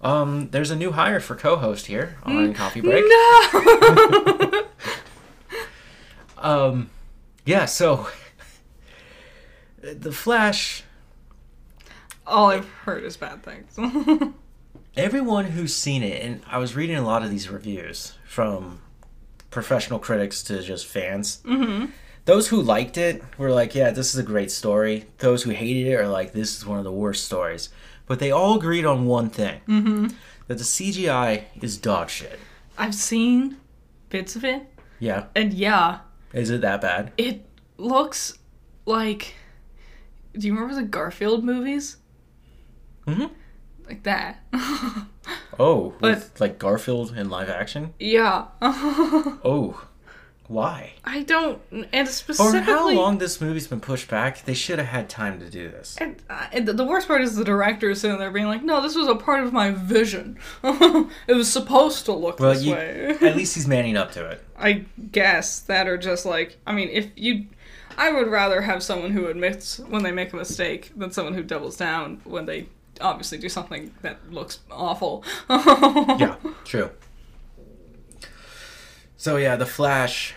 A: Um, there's a new hire for co-host here on Coffee Break.
B: no.
A: Um, yeah, so the Flash.
B: All I've heard is bad things.
A: Everyone who's seen it, and I was reading a lot of these reviews from professional critics to just fans. Mm-hmm. Those who liked it were like, "Yeah, this is a great story." Those who hated it are like, "This is one of the worst stories." But they all agreed on one thing: mm-hmm. that the CGI is dog shit.
B: I've seen bits of it,
A: Yeah,
B: and yeah,
A: is it that bad?
B: it looks like. Do you remember the Garfield movies?
A: Mhm.
B: Like that.
A: Oh, with like Garfield in live action.
B: yeah.
A: Oh, why?
B: I don't. And
A: For
B: specifically.
A: how long this movie's been pushed back, they should have had time to do this.
B: And, uh, and the worst part is the director is sitting there being like, "No, this was a part of my vision. it was supposed to look
A: Well,
B: this
A: you,
B: way."
A: at least he's manning up to it.
B: I guess that are just like, I mean, if you, I would rather have someone who admits when they make a mistake than someone who doubles down when they obviously do something that looks awful.
A: Yeah, true. So yeah, the Flash.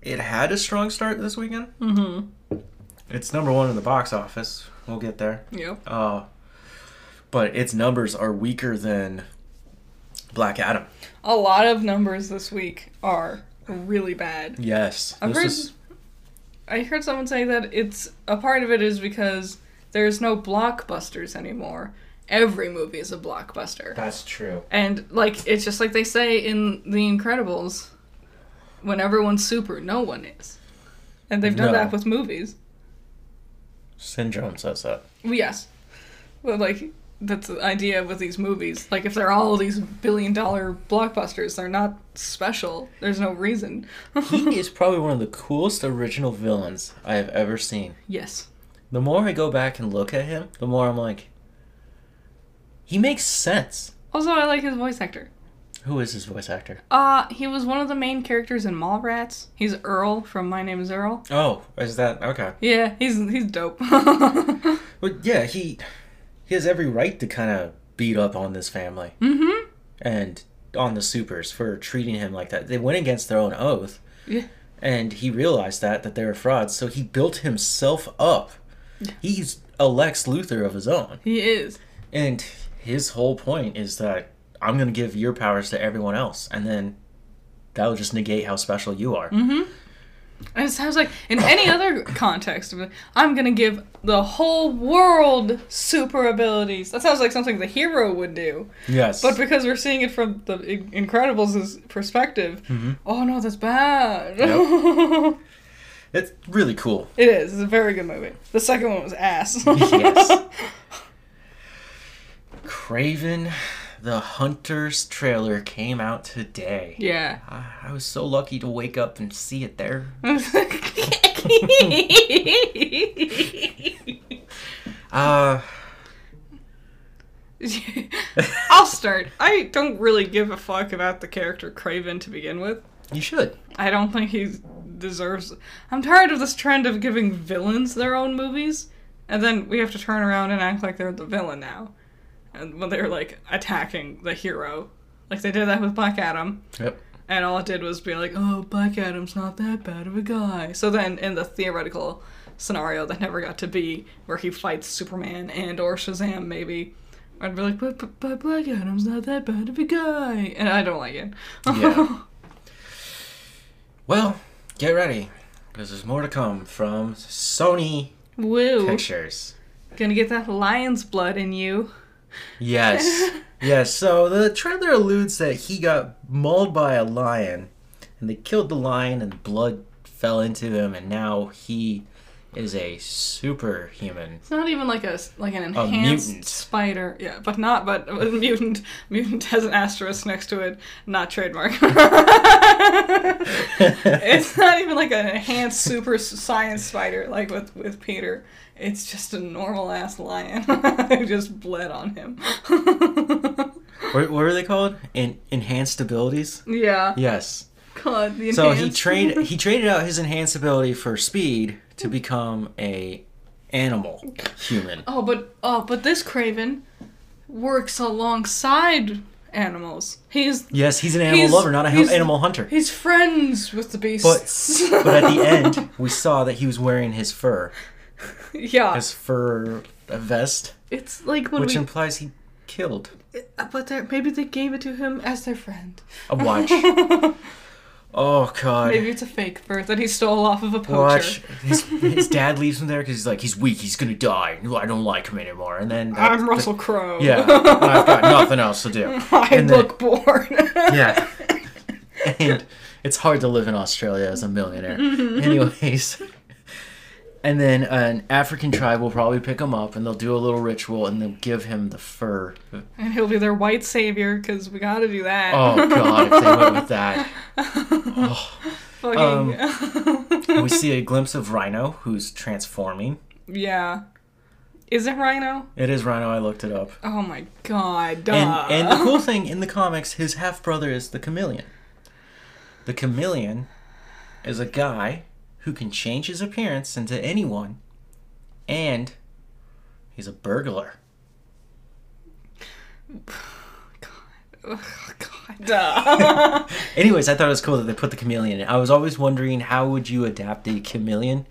A: It had a strong start this weekend. Mm-hmm. It's number one in the box office. We'll get there.
B: Yep.
A: Uh, but its numbers are weaker than Black Adam.
B: A lot of numbers this week are really bad.
A: Yes,
B: I've
A: this
B: heard-
A: is-
B: I heard someone say that it's a part of it is because there's no blockbusters anymore. Every movie is a blockbuster.
A: that's true.
B: And like it's just like they say in The Incredibles, when everyone's super, no one is. And they've done
A: No.
B: that with movies.
A: Syndrome says that.
B: Well, yes. But like that's the idea with these movies. Like if they're all these billion dollar blockbusters, they're not special. There's no reason.
A: he is probably one of the coolest original villains I have ever seen.
B: yes.
A: The more I go back and look at him, the more I'm like, he makes sense.
B: Also I like his voice actor.
A: Who is his voice actor?
B: Uh, he was one of the main characters in Mallrats. He's Earl from My Name Is Earl.
A: Oh, is that okay?
B: Yeah, he's he's dope. Mm-hmm.
A: Well, yeah, he he has every right to kind of beat up on this family mm-hmm. and on the supers for treating him like that. They went against their own oath,
B: yeah.
A: and he realized that that they were frauds. So he built himself up. He's a Lex Luthor of his own.
B: He is.
A: And his whole point is that I'm going to give your powers to everyone else, and then that'll just negate how special you are.
B: And it sounds like in any other context, I'm gonna give the whole world super abilities. That sounds like something the hero would do.
A: Yes.
B: But because we're seeing it from the In- Incredibles' perspective, oh no, that's bad.
A: it's really cool.
B: it is. It's a very good movie. The second one was ass.
A: Yes. Craven the Hunter's trailer came out today.
B: yeah.
A: I I was so lucky to wake up and see it there. Uh,
B: I'll start. I don't really give a fuck about the character Craven to begin with.
A: you should.
B: I don't think he deserves. I'm tired of this trend of giving villains their own movies, and then we have to turn around and act like they're the villain now, and when they're like attacking the hero, like they did that with Black Adam,
A: Yep.
B: and all it did was be like, "Oh, Black Adam's not that bad of a guy." So then, in the theoretical scenario that never got to be, where he fights Superman and or Shazam maybe. I'd be like, but, but, but Black Adam's not that bad of a guy, and I don't like it.
A: Yeah. Well, get ready because there's more to come from Sony
B: Woo!
A: Pictures.
B: Gonna get that lion's blood in you.
A: Yes. yes. So the trailer alludes that he got mauled by a lion and they killed the lion and blood fell into him and now he is a superhuman.
B: It's not even like a like an enhanced
A: mutant.
B: spider. Yeah, but not but a mutant. Mutant has an asterisk next to it, not trademark. it's not even like an enhanced super science spider like with with Peter. It's just a normal ass lion who just bled on him.
A: what, what are they called? En- enhanced abilities?
B: yeah.
A: Yes.
B: God, the
A: So he
B: enhanced-
A: trained he traded out his enhanced ability for speed to become a animal human.
B: Oh, but oh, but this Craven works alongside animals. He's
A: Yes, he's an animal
B: He's-
A: lover, not an
B: he's-
A: animal hunter.
B: he's friends with the beasts.
A: But but at the end, we saw that he was wearing his fur,
B: yeah,
A: his fur vest,
B: it's like when
A: which
B: we. uh,
A: implies he killed
B: but they're- maybe they gave it to him as their friend.
A: a watch. oh god.
B: Maybe it's a fake fur that he stole off of a poacher.
A: Watch his, his dad leaves him there because he's like he's weak he's gonna die I don't like him anymore and then that-
B: I'm Russell Crowe.
A: yeah I've got nothing else to do
B: I
A: And then-
B: look bored.
A: yeah. And it's hard to live in Australia as a millionaire. Anyways. And then an African tribe will probably pick him up and they'll do a little ritual and they'll give him the fur.
B: and he'll be their white savior because we gotta do that.
A: Oh, God, if they went with that. Oh. um,
B: Fucking.
A: And we see a glimpse of Rhino who's transforming.
B: yeah. Is it Rhino?
A: It is Rhino, I looked it up.
B: Oh my god. Duh.
A: And, and the cool thing in the comics, his half brother is the chameleon. The chameleon is a guy who can change his appearance into anyone, and he's a burglar.
B: Oh, God. Duh.
A: Anyways, I thought it was cool that they put the chameleon in. I was always wondering how would you adapt a chameleon,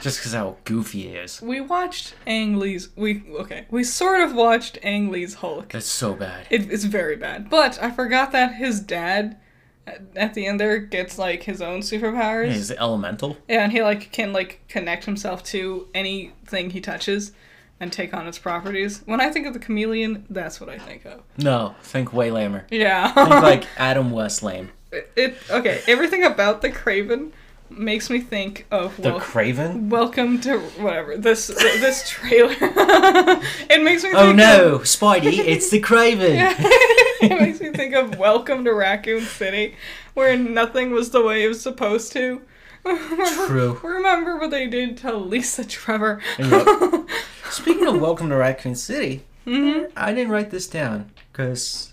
A: just because how goofy he is.
B: we watched Ang Lee's. We okay. We sort of watched Ang Lee's Hulk.
A: That's so bad.
B: It, it's very bad. But I forgot that his dad, at, at the end there, gets like his own superpowers.
A: He's elemental.
B: Yeah, and he like can like connect himself to anything he touches, and take on its properties. When I think of the chameleon, that's what I think of.
A: No, think way lamer.
B: Yeah.
A: Think like Adam West lame.
B: it, it- okay. Everything about the Craven makes me think of
A: The
B: Wel-
A: Craven.
B: Welcome to whatever this this trailer. it makes me. Think
A: Oh
B: Of,
A: no, Spidey! It's the Craven.
B: it makes me think of Welcome to Raccoon City, where nothing was the way it was supposed to.
A: True.
B: Remember what they did to Lisa Trevor?
A: Yep. Speaking of Welcome to Raccoon City,
B: Mm-hmm.
A: I didn't write this down because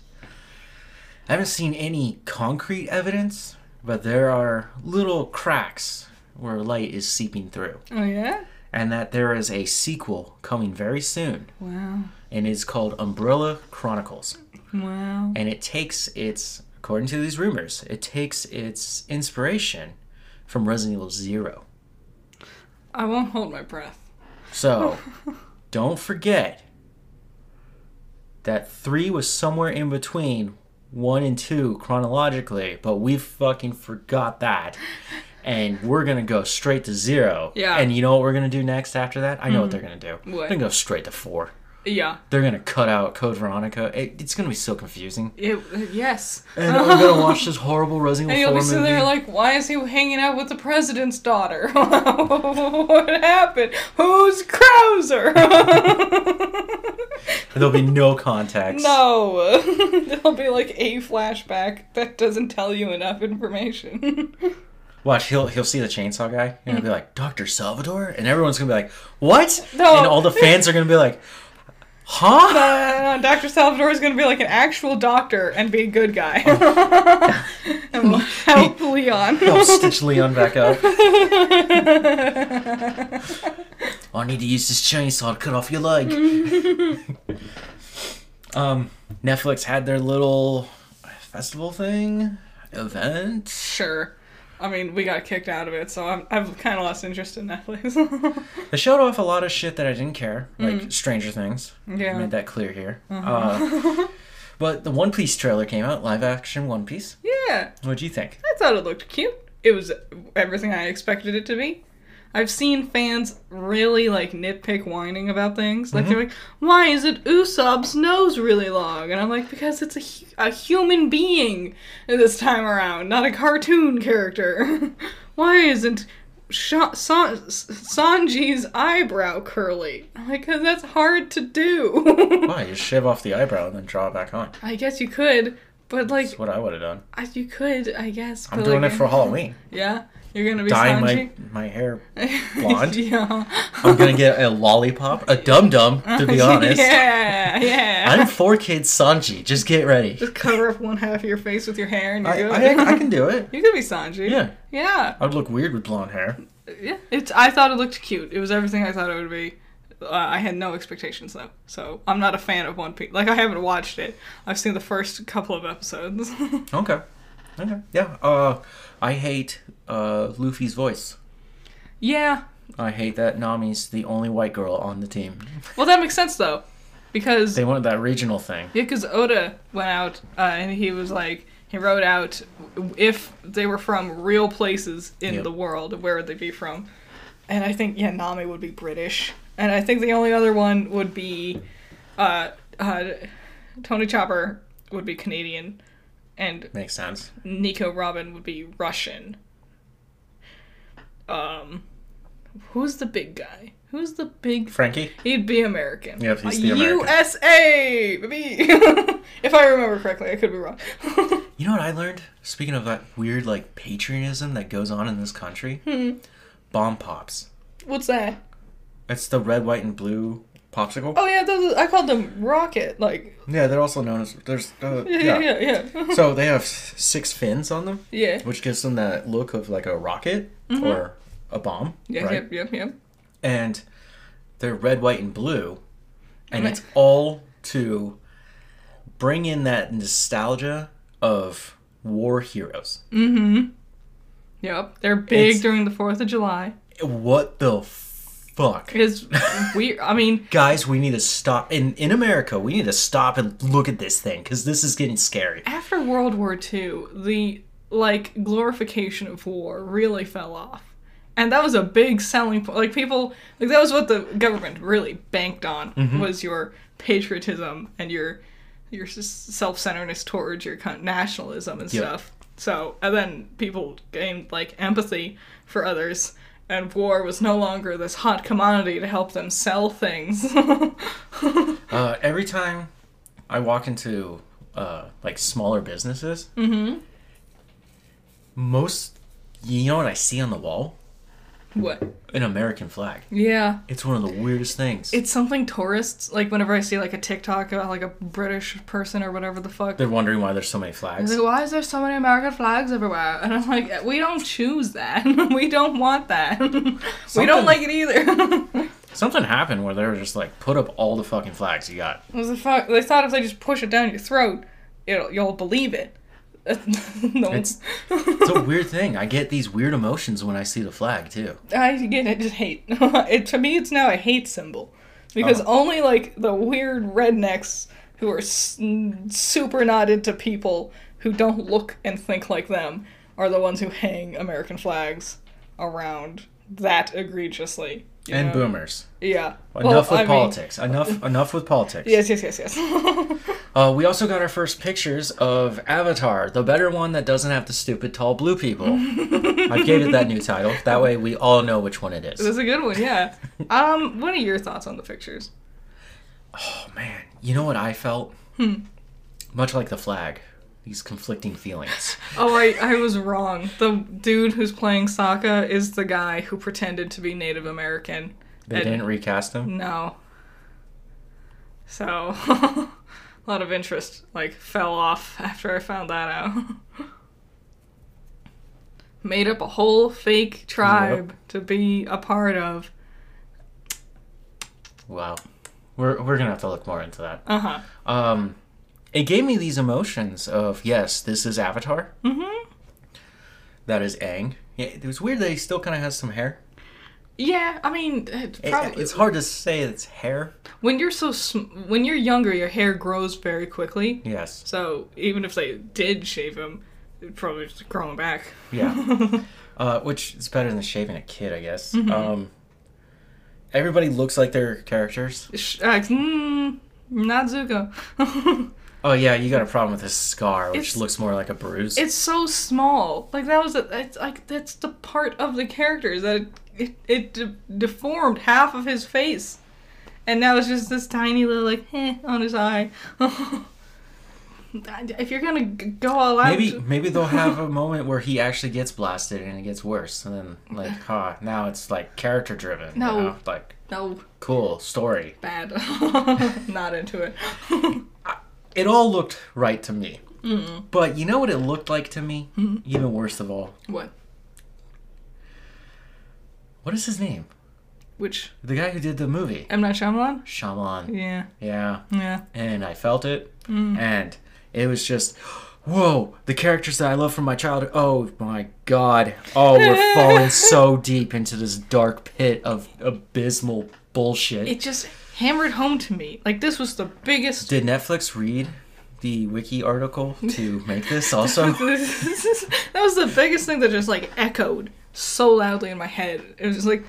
A: I haven't seen any concrete evidence, but there are little cracks where light is seeping through,
B: oh yeah.
A: and that there is a sequel coming very soon,
B: Wow.
A: and it's called Umbrella Chronicles,
B: Wow.
A: and it takes its, according to these rumors, it takes its inspiration from Resident Evil Zero.
B: I won't hold my breath.
A: So, don't forget that three was somewhere in between one and two chronologically, but we fucking forgot that. And we're gonna go straight to zero.
B: Yeah. Mm-hmm.
A: And you know what we're gonna do next after that? I know what they're gonna do. They're
B: What?
A: gonna go straight to four.
B: Yeah.
A: They're gonna cut out Code Veronica. It, it's gonna be so confusing.
B: It, uh, yes.
A: And we're gonna watch this horrible Resident
B: And
A: Evil
B: you'll be
A: 4
B: sitting
A: movie.
B: there like, why is he hanging out with the president's daughter? what happened? Who's Krauser?
A: There'll be no context.
B: no. There'll be like a flashback that doesn't tell you enough information.
A: Watch, he'll he'll see the chainsaw guy and he'll be like, "Doctor Salvador," and everyone's gonna be like, "What?"
B: No.
A: And all the fans are gonna be like, "Huh?"
B: uh, Dr. Salvador is going to be like an actual doctor and be a good guy. and we'll help Leon.
A: He'll stitch Leon back up. I need to use this chainsaw to cut off your leg. um, Netflix had their little festival thing event.
B: sure. I mean, we got kicked out of it, so I'm, I've kind of lost interest in Netflix.
A: They showed off a lot of shit that I didn't care, like Stranger Things. I
B: yeah. Mm-hmm.
A: made that clear here. Uh, but the One Piece trailer came out, live action One Piece.
B: Yeah.
A: What'd you think?
B: I thought it looked cute. It was everything I expected it to be. I've seen fans really like nitpick whining about things.
A: Mm-hmm.
B: Like they're like, "Why is it Usopp's nose really long?" And I'm like, "Because it's a, hu- a human being this time around, not a cartoon character. Why isn't Sha- San- Sanji's eyebrow curly?" I'm like, "Cause that's hard to do."
A: Why? Just shave off the eyebrow and then draw it back on.
B: I guess you could, but like,
A: That's what I would have done.
B: I- you could, I guess.
A: I'm
B: but,
A: doing
B: like,
A: it for Halloween.
B: yeah, you're gonna be
A: Dyeing
B: Sanji.
A: my, my hair blonde.
B: yeah.
A: I'm gonna get a lollipop, a dum dum, to be honest.
B: Yeah, yeah.
A: I'm four kids Sanji. Just get ready.
B: Just cover up one half of your face with your hair and you're
A: I,
B: good.
A: I, I can do it.
B: you could be Sanji.
A: Yeah,
B: Yeah.
A: I'd look weird with blonde hair.
B: Yeah. It's I thought it looked cute. It was everything I thought it would be. Uh, I had no expectations though. So, I'm not a fan of One Piece. Like I haven't watched it. I've seen the first couple of episodes.
A: Okay. Okay. Yeah. Uh, I hate uh, Luffy's voice.
B: yeah.
A: I hate that Nami's the only white girl on the team.
B: Well, that makes sense though. Because
A: They wanted that regional thing.
B: Yeah, because Oda went out uh, and he was like, he wrote out if they were from real places in
A: Yep.
B: the world, where would they be from? And I think, yeah, Nami would be British. And I think the only other one would be uh, uh, Tony Chopper would be Canadian, and
A: Makes sense.
B: Nico Robin would be Russian. Um, who's the big guy? Who's the big
A: Frankie?
B: He'd be American.
A: Yep, he's
B: Uh,
A: the American.
B: USA, baby. if I remember correctly, I could be wrong.
A: You know what I learned? Speaking of that weird, like, patriotism that goes on in this country?
B: Hmm.
A: Bomb pops.
B: What's that?
A: It's the red, white, and blue popsicle.
B: Oh yeah, those are- I called them rocket. Like
A: Yeah, they're also known as. There's. Uh,
B: yeah,
A: yeah.
B: yeah, yeah,
A: So they have s- six fins on them,
B: yeah,
A: which gives them that look of like a rocket or a bomb.
B: Mm-hmm. yeah,
A: right?
B: yep, yep, yep.
A: and they're red, white, and blue, and
B: Right.
A: it's all to bring in that nostalgia of war heroes.
B: Yep, Mm-hmm. they're big
A: It's-
B: during the Fourth of July.
A: What the fuck,
B: It's weird. I mean,
A: guys? We need to stop in in America. We need to stop and look at this thing because this is getting scary.
B: after World War II, the like glorification of war really fell off. And that was a big selling point. Like people, like that was what the government really banked on was your patriotism and your your s- self-centeredness towards your con- nationalism and
A: Yep.
B: stuff. So, and then people gained like empathy for others, and war was no longer this hot commodity to help them sell things.
A: Uh, every time I walk into uh, like smaller businesses, most you know what I see on the wall?
B: what?
A: An American flag.
B: Yeah.
A: It's one of the weirdest things.
B: It's something tourists like whenever I see like a TikTok about like a British person or whatever the fuck.
A: They're wondering why there's so
B: I
A: many
B: was
A: flags.
B: like, why is there so many American flags everywhere? And I'm like, we don't choose that. we don't want that. we
A: Something-
B: don't like it either. it
A: Something happened where they were just like, put up all the fucking flags you got.
B: was the fuck? They thought if they just push it down your throat, it'll you'll believe it. no,
A: It's- It's a weird thing. I get these weird emotions when I see the flag too.
B: I get it. Just hate. it, to me, it's now a hate symbol because
A: Oh.
B: only like the weird rednecks who are s- super not into people who don't look and think like them are the ones who hang American flags around that egregiously. you
A: And
B: know?
A: boomers.
B: Yeah.
A: Enough with
B: I mean-
A: politics. Enough enough with politics.
B: yes, yes, yes, yes.
A: Uh, we also got our first pictures of Avatar, the better one that doesn't have the stupid tall blue people. I gave it that new title. That way we all know which one it is.
B: That's a good one. Yeah. Um, what are your thoughts on the pictures?
A: Oh man, you know what I felt?
B: Hmm.
A: Much like the flag, these conflicting feelings.
B: Oh, I, I was wrong. The dude who's playing Sokka is the guy who pretended to be Native American.
A: They
B: And-
A: didn't recast them.
B: No. So, a lot of interest, like, fell off after I found that out. Made up a whole fake tribe to be a part of. Hmm.
A: Wow. We're, we're gonna have to look more into that.
B: Uh huh.
A: um, it gave me these emotions of yes, this is Avatar. Mm-hmm. That is Aang. Yeah, it was weird that he still kind of has some hair.
B: Yeah, I mean, it
A: It- uh,
B: probably
A: it's hard to say it's hair.
B: when you're so sm- when you're younger, your hair grows very quickly.
A: Yes.
B: So even if they did shave him, it'd probably just grow him back.
A: Yeah. uh, which is better than shaving a kid, I guess.
B: Mm-hmm.
A: Um, everybody looks like their characters.
B: Sh- uh, mm, not Zuko.
A: Oh yeah, you got a problem with his scar, which
B: It's-
A: looks more like a bruise.
B: it's so small. Like that was the, it's like that's the part of the character is that it it de- deformed half of his face, and now it's just this tiny little like eh on his eye. if you're gonna g- go all out,
A: maybe maybe they'll have a moment where he actually gets blasted and it gets worse, and then like, ha, now it's like character driven.
B: No.
A: You know? Like
B: no
A: cool story.
B: bad, not into it.
A: It all looked right to me. But you know what it looked like to me?
B: Mm-hmm.
A: Even worse of all.
B: what?
A: What is his name?
B: Which
A: The guy who did the movie.
B: M Night Shyamalan?
A: Shaman.
B: Yeah,
A: Yeah.
B: yeah.
A: and I felt it, and it was just, whoa, the characters that I love from my childhood. Oh my god! Oh, we're falling so deep into this dark pit of abysmal bullshit.
B: It just hammered home to me. Like this was the biggest.
A: Did Netflix read the wiki article to make this also?
B: that was the biggest thing that just like echoed so loudly in my head. It was just like,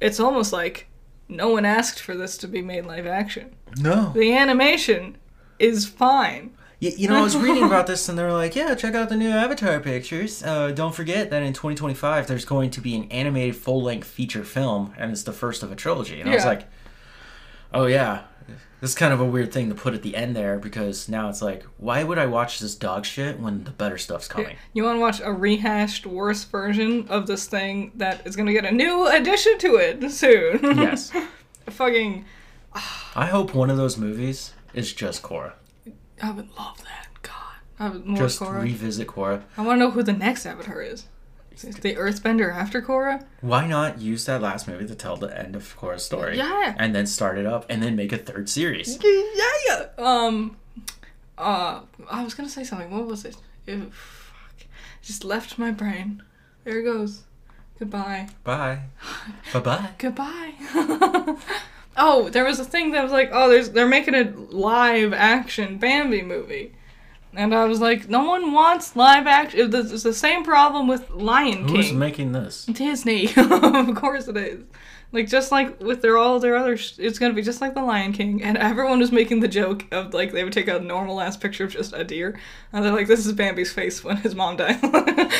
B: it's almost like no one asked for this to be made live action.
A: no.
B: The animation is fine.
A: You, you know, I was reading about this, and they were like, "Yeah, check out the new Avatar pictures. Uh, don't forget that in 2025, there's going to be an animated full-length feature film, and it's the first of a trilogy." And I was
B: Yeah.
A: like, "Oh yeah, this is kind of a weird thing to put at the end there because now it's like, why would I watch this dog shit when the better stuff's coming?"
B: You want to watch a rehashed, worse version of this thing that is going to get a new addition to it soon?
A: yes,
B: Fucking,
A: I hope one of those movies is just Korra.
B: I would love that. God, I would more
A: Just
B: Korra.
A: revisit Korra.
B: I want to know who the next Avatar is. Is it the Earthbender after Korra?
A: Why not use that last movie to tell the end of Korra's story?
B: Yeah.
A: and then start it up, and then make a third series.
B: Yeah. Um. Uh. I was gonna say something. What was it? It fuck. Just left my brain. There it goes. Goodbye.
A: Bye. Bye bye.
B: Uh, Goodbye. oh, there was a thing that was like, oh, there's they're making a live action Bambi movie. And I was like, no one wants live action. It's the same problem with Lion King.
A: Who's making this?
B: Disney. of course it is. Like just like with their all their other, sh- it's gonna be just like the Lion King, and everyone was making the joke of like they would take a normal ass picture of just a deer, and they're like, "This is Bambi's face when his mom died,"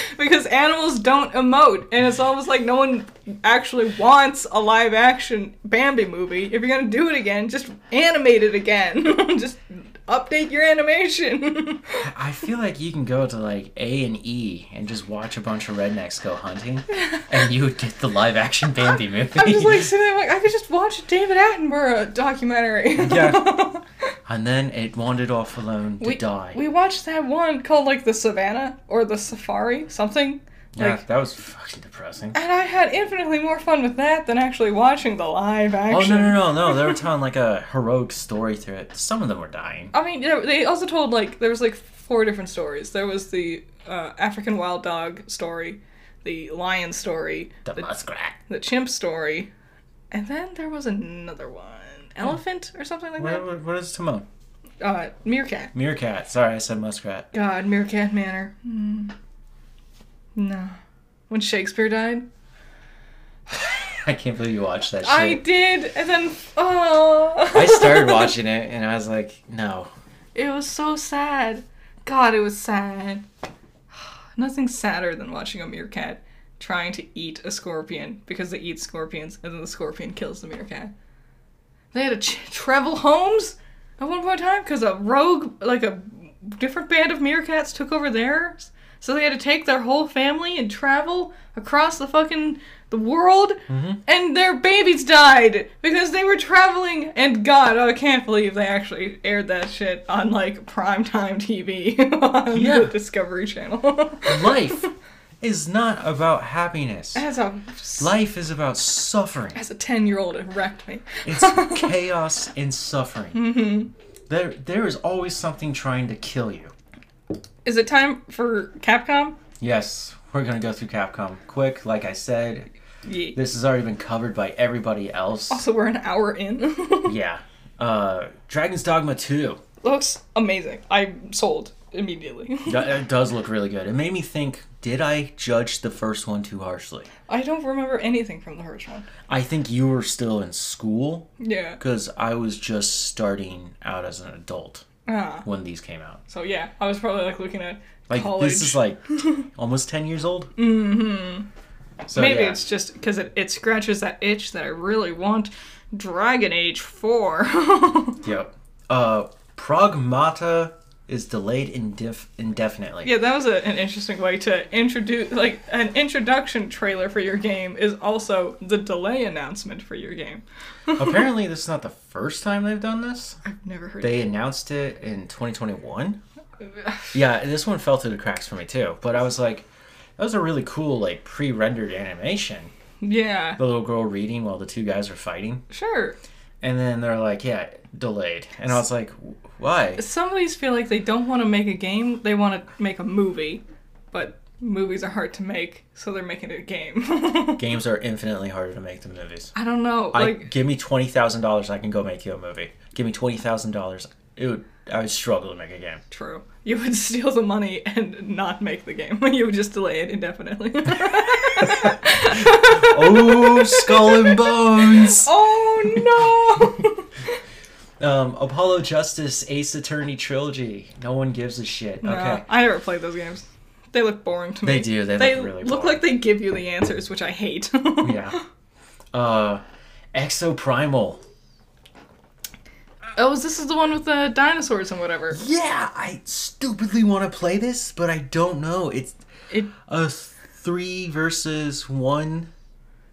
B: because animals don't emote, and it's almost like no one actually wants a live action Bambi movie. If you're gonna do it again, just animate it again, just update your animation.
A: I feel like you can go to like A and E and just watch a bunch of rednecks go hunting, and you would get the live action Bambi movie.
B: I'm just like sitting there, like I could just watch a David Attenborough documentary.
A: Yeah. and then it wandered off alone to
B: we,
A: die.
B: We watched that one called like the Savannah or the Safari something.
A: yeah,
B: Like,
A: that was fucking depressing.
B: and I had infinitely more fun with that than actually watching the live
A: Oh
B: action.
A: no no no no! They were telling like a heroic story through it. Some of them were dying.
B: I mean, there- they also told like there was like four different stories. There was the uh, African wild dog story, the lion story,
A: The muskrat.
B: the chimp story, and then there was another one, elephant or something like
A: What,
B: that.
A: what, what is Timon?
B: Uh, meerkat.
A: Meerkat. Sorry, I said muskrat.
B: God, Meerkat Manor. Mm. No. When Shakespeare died.
A: I can't believe you watched that shit.
B: I did, and then oh.
A: I started watching it and I was like, no.
B: It was so sad. God, it was sad. Nothing sadder than watching a meerkat trying to eat a scorpion because they eat scorpions, and then the scorpion kills the meerkat. They had a ch- Treble Holmes at one point in time because a rogue, like a different band of meerkats, took over theirs. So they had to take their whole family and travel across the fucking the world, and their babies died because they were traveling. And God, oh, I can't believe they actually aired that shit on like primetime TV on
A: Yeah.
B: the Discovery Channel.
A: Life is not about happiness.
B: as a
A: Life is about suffering.
B: as a ten year old, it wrecked me.
A: It's chaos and suffering. There, there is always something trying to kill you.
B: Is it time for Capcom?
A: Yes, We're gonna go through Capcom quick, like I said.
B: Yeah.
A: This has already been covered by everybody else.
B: Also, we're an hour in.
A: Yeah. Uh, Dragon's Dogma 2.
B: Looks amazing. I'm sold immediately.
A: That- That does look really good. It made me think did I judge the first one too harshly?
B: I don't remember anything from the Hirsch one.
A: I think you were still in school
B: Yeah.
A: because I was just starting out as an adult
B: Ah.
A: when these came out.
B: So yeah, I was probably like looking at
A: Like,
B: college. Mm-hmm.
A: this is like almost 10 years old. Mm hmm. So,
B: Maybe
A: yeah.
B: it's just because it, it scratches that itch that I really want. Dragon Age 4.
A: Yep. Uh, Progmata is delayed indef- indefinitely.
B: yeah, that was a, an interesting way to introduce, like, an introduction trailer for your game is also the delay announcement for your game.
A: Apparently, this is not the first time they've done this.
B: I've never heard
A: They announced it in 2021.
B: of
A: Yeah, this one fell through the cracks for me too. But I was like, that was a really cool like pre-rendered animation.
B: Yeah,
A: The little girl reading while the two guys are fighting,
B: sure.
A: and then they're like, yeah, delayed. And I was like, "Wh- why?
B: Some of these feel like they don't want to make a game, they want to make a movie, but movies are hard to make, so they're making it a game.
A: Games are infinitely harder to make than movies.
B: I don't know.
A: I
B: Like,
A: give me twenty thousand dollars, I can go make you a movie. Give me twenty thousand dollars, it would. I would struggle to make a game.
B: True. You would steal the money and not make the game. You would just delay it indefinitely.
A: Oh, Skull and Bones!
B: oh no!
A: Um, Apollo Justice Ace Attorney Trilogy. No one gives a shit. Okay.
B: No, Uh, I never played those games. They look boring to me.
A: They do, they look really
B: look
A: boring.
B: like they give you the answers, which I hate.
A: Yeah. Uh, Exoprimal.
B: Oh, this is the one with the dinosaurs and whatever.
A: Yeah, I stupidly want to play this, but I don't know. It's
B: It
A: a three versus one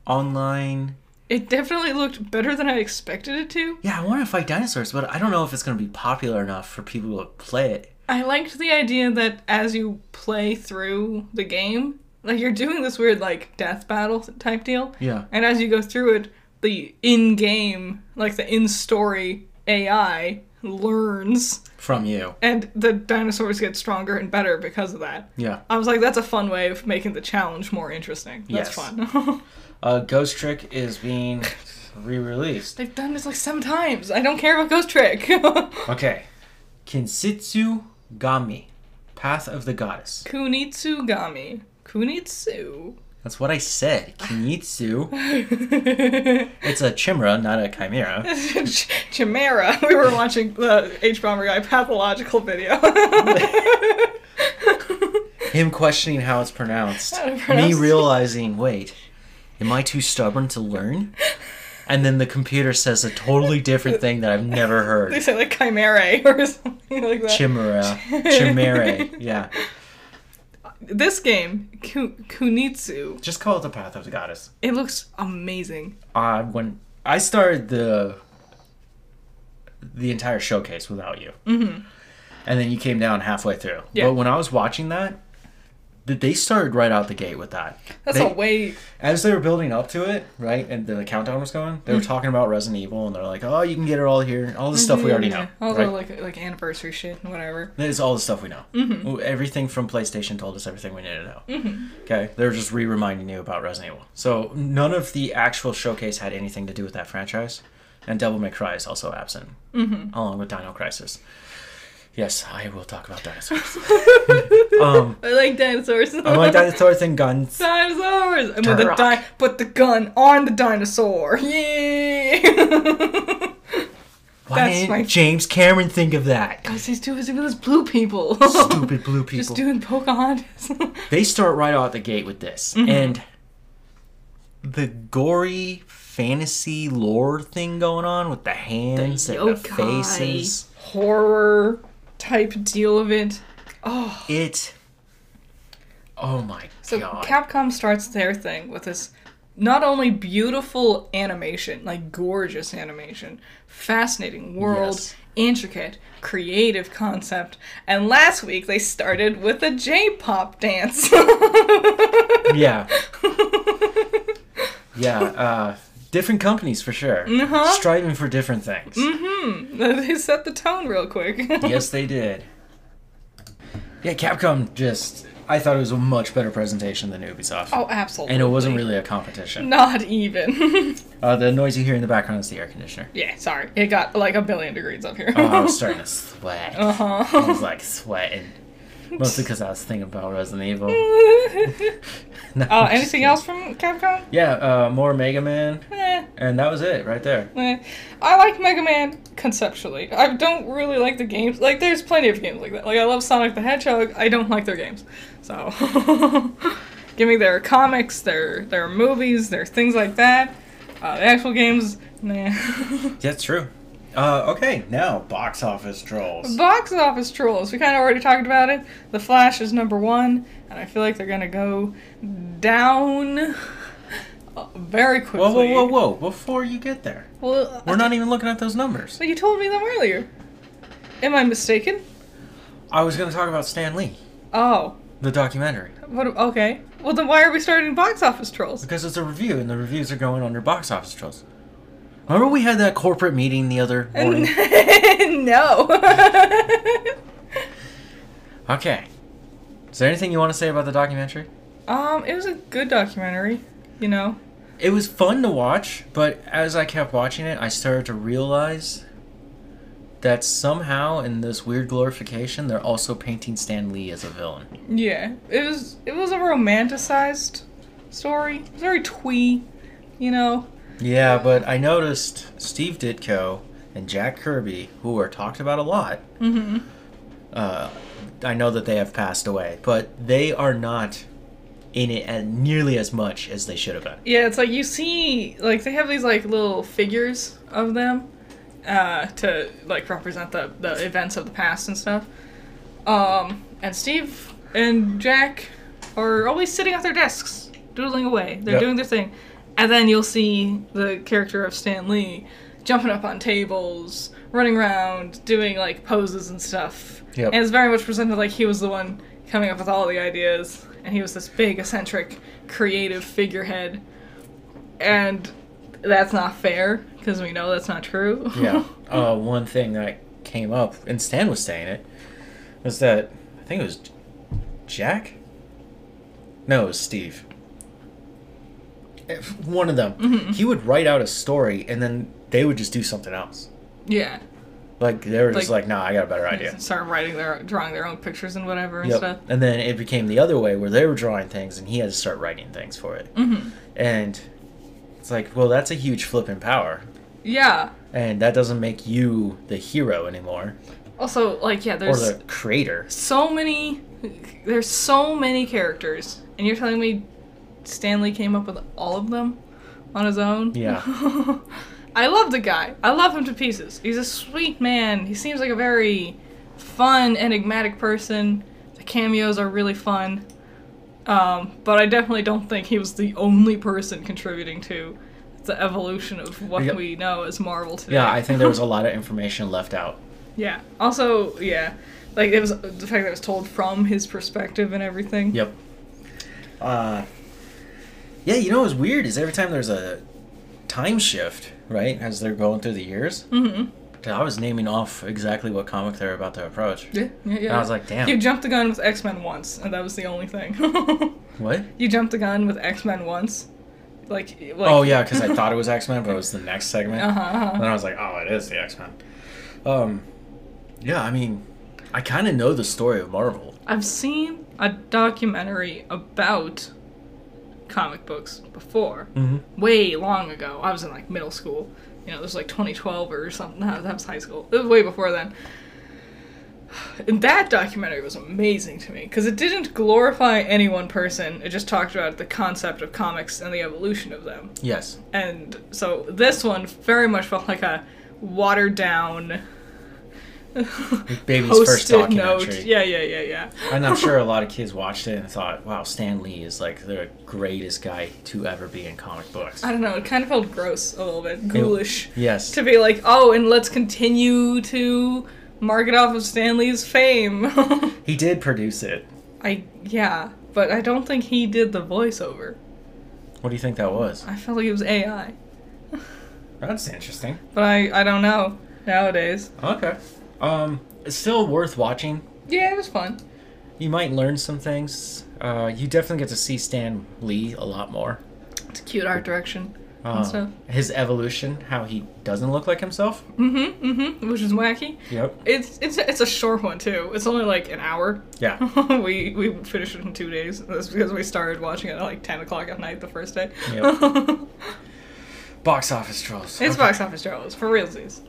A: online.
B: it definitely looked better than I expected it to.
A: Yeah, I want to fight dinosaurs, but I don't know if it's going to be popular enough for people to play it.
B: I liked the idea that as you play through the game, like you're doing this weird like death battle type deal.
A: Yeah.
B: And as you go through it, the in game, like the in story AI learns,
A: From you.
B: and the dinosaurs get stronger and better because of that.
A: Yeah.
B: I was like, that's a fun way of making the challenge more interesting. That's
A: Yes.
B: fun.
A: Uh, Ghost Trick is being re released.
B: They've done this like seven times. I don't care about Ghost Trick.
A: Okay. Kinsitsu Gami, Path of the Goddess.
B: Kunitsugami. Kunitsu.
A: That's what I said. Kinitsu. It's a chimera, not a chimera.
B: Ch- Chimera. We were watching the H Bomber Guy pathological video.
A: Him questioning how it's pronounced.
B: How to pronounce
A: Me
B: it.
A: realizing, wait, am I too stubborn to learn? And then the computer says a totally different thing that I've never
B: they
A: heard.
B: say like chimera or something like that.
A: Chimera. Chimere. Yeah.
B: this game, Ku- Kunitsu,
A: Just call it the Path of the Goddess.
B: it looks amazing.
A: uh, when I started the the entire showcase without you, mm-hmm. and then you came down halfway through.
B: Yeah.
A: But when I was watching that, th- they started right out the gate with that.
B: That's
A: They-
B: a way.
A: As they were building up to it, right, and the countdown was going,
B: Mm-hmm.
A: they were talking about Resident Evil, and they're like, "Oh, you can get it all here, all the stuff we already know."
B: Mm-hmm. All
A: right?
B: the like like anniversary shit and whatever.
A: That is all the stuff we know. Mm-hmm. Everything from PlayStation told us everything we need to know.
B: Mm-hmm.
A: Okay, they're just re-reminding you about Resident Evil. So none of the actual showcase had anything to do with that franchise, and Devil May Cry is also absent, mm-hmm. along with Dino Crisis. Yes, I will talk about dinosaurs. um,
B: I like dinosaurs.
A: I like dinosaurs and guns.
B: Dinosaurs! And with the
A: Turok.
B: di- put the gun on the dinosaur. Yay!
A: Why
B: That's
A: didn't
B: my-
A: James Cameron think of that?
B: Because he's too busy with his blue people.
A: Stupid blue people.
B: Just doing Pocahontas.
A: they start right out the gate with this and Mm-hmm. the gory fantasy lore thing going on with the hands and the
B: yokai.
A: faces
B: Oh, Horror type deal of it. Oh.
A: it oh my
B: So
A: god
B: Capcom starts their thing with this not only beautiful animation, like gorgeous animation, fascinating world,
A: Yes.
B: intricate, creative concept, and last week they started with a J-pop dance.
A: yeah yeah uh different companies for sure
B: Uh-huh.
A: striving for different things
B: Mm-hmm. they set the tone real quick.
A: yes they did yeah capcom just I thought it was a much better presentation than Ubisoft.
B: Oh, absolutely.
A: And it wasn't really a competition.
B: Not even.
A: Uh, the noise you hear in the background is the air conditioner.
B: yeah, sorry. It got like a billion degrees up here.
A: Oh, I was starting to sweat. I
B: Uh-huh.
A: was like sweating. Mostly because I was thinking about Resident Evil. No,
B: uh,
A: I'm
B: anything
A: just kidding.
B: else from Capcom?
A: Yeah, uh, more Mega Man.
B: Eh,
A: And that was it right there.
B: eh. I like Mega Man conceptually. I don't really like the games. Like, there's plenty of games like that. Like, I love Sonic the Hedgehog. I don't like their games. So, give me their comics, their their movies, their things like that. Uh, the actual games, nah.
A: Yeah, it's true. Uh, okay, now box office trolls.
B: Box office trolls. We kind of already talked about it. The Flash is number one, and I feel like they're gonna go down uh, very quickly.
A: Whoa, whoa, whoa, whoa! Before you get there,
B: Well,
A: we're not even looking at those numbers.
B: But you told me them earlier. Am I mistaken?
A: I was gonna talk about Stan Lee,
B: Oh,
A: the documentary,
B: what? Okay. Well, then why are we starting box office trolls?
A: because it's a review, and the reviews are going under box office trolls. Remember we had that corporate meeting the other morning?
B: no.
A: okay. Is there anything you want to say about the documentary?
B: um, it was a good documentary. You know.
A: It was fun to watch, but as I kept watching it, I started to realize that somehow in this weird glorification, they're also painting Stan Lee as a villain.
B: Yeah. It was. It was a romanticized story. It was very twee. You know.
A: Yeah, but I noticed Steve Ditko and Jack Kirby, who are talked about a lot. Mm-hmm. Uh, I know that they have passed away, but they are not in it as, nearly as much as they should have been.
B: Yeah, it's like you see, like they have these like little figures of them uh, to like represent the the events of the past and stuff. Um, and Steve and Jack are always sitting at their desks doodling away. They're
A: Yep.
B: doing their thing, and then you'll see the character of Stan Lee jumping up on tables, running around, doing like poses and stuff.
A: Yep.
B: And it's very much presented like he was the one coming up with all the ideas, and he was this big eccentric, creative figurehead and that's not fair because we know that's not true.
A: Yeah. uh, one thing that came up, and Stan was saying it, was that I think it was J- Jack. No, it was Steve. If- One of them.
B: Mm-hmm.
A: He would write out a story, and then they would just do something else.
B: yeah.
A: Like they were just
B: Like-
A: like, "Nah, I got a better idea."
B: Start writing their, drawing their own pictures and whatever and
A: Yep.
B: stuff.
A: And then it became the other way where they were drawing things and he had to start writing things for it.
B: Mm-hmm.
A: And it's like, well, that's a huge flip in power.
B: Yeah.
A: And that doesn't make you the hero anymore
B: Also, like, yeah,
A: or
B: there's
A: the creator.
B: so many, there's so many characters, and you're telling me Stanley came up with all of them on his own?
A: Yeah.
B: I love the guy. I love him to pieces. He's a sweet man. He seems like a very fun, enigmatic person. The cameos are really fun. Um, but I definitely don't think he was the only person contributing to the evolution of what
A: Yeah.
B: we know as Marvel today.
A: Yeah, I think there was a lot of information left out.
B: Yeah. Also, yeah. Like it was the fact that it was told from his perspective and everything.
A: Yep. Uh, yeah, you know what's weird is every time there's a time shift, right, as they're going through the years,
B: hmm
A: I was naming off exactly what comic they're about to approach.
B: Yeah, yeah, yeah.
A: And I was like, damn.
B: You jumped the gun with X Men once, and that was the only thing.
A: What?
B: you jumped the gun with X Men once, like. like
A: Oh yeah, because I thought it was X Men, but it was the next segment.
B: Uh huh.
A: And then I was like, oh, it is the X Men. Um, yeah, I mean, I kind of know the story of Marvel.
B: I've seen a documentary about comic books before,
A: Mm-hmm.
B: way long ago. I was in like middle school. You know, it was like 2012 or something. No, that was high school. It was way before then. And that documentary was amazing to me because it didn't glorify any one person. It just talked about the concept of comics and the evolution of them.
A: Yes.
B: And so this one very much felt like a watered down
A: Baby's first
B: post-it
A: documentary.
B: note. Yeah, yeah, yeah, yeah.
A: And I'm sure a lot of kids watched it and thought, wow, Stan Lee is like the greatest guy to ever be in comic books.
B: I don't know. It kind of felt gross a little bit, ghoulish.
A: yes.
B: to be like, oh, and let's continue to market off of Stanley's fame.
A: He did produce it.
B: I yeah, but I don't think he did the voiceover.
A: What do you think that was?
B: I felt like it was AI,
A: That's interesting.
B: but I I don't know nowadays.
A: Okay. Um, it's still worth watching.
B: Yeah, it was fun.
A: you might learn some things. Uh, you definitely get to see Stan Lee a lot more.
B: It's cute art direction
A: Um,
B: and stuff.
A: his evolution, how he doesn't look like himself.
B: Mm-hmm, mm-hmm. Which is wacky.
A: Yep.
B: It's it's it's a short one too. It's only like an hour.
A: Yeah.
B: we we finished it in two days. That's because we started watching it at like ten o'clock at night the first day.
A: Yep. Box office trolls.
B: it's
A: Okay.
B: box office draws for realsies.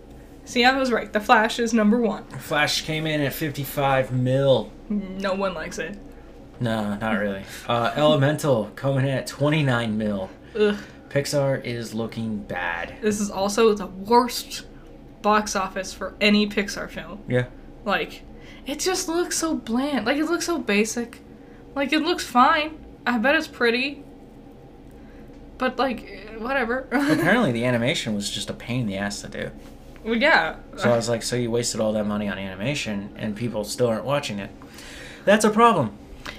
B: See, I was right. The Flash is number one.
A: Flash came in at 55 mil.
B: No one likes it.
A: No, not really. Uh, Elemental coming in at 29 mil.
B: Ugh.
A: Pixar is looking bad.
B: This is also the worst box office for any Pixar film.
A: Yeah.
B: Like, it just looks so bland. Like, it looks so basic. Like, it looks fine. I bet it's pretty. But, like, eh, whatever.
A: Apparently, the animation was just a pain in the ass to do.
B: well, yeah.
A: So I was like, so you wasted all that money on animation and people still aren't watching it. That's a problem.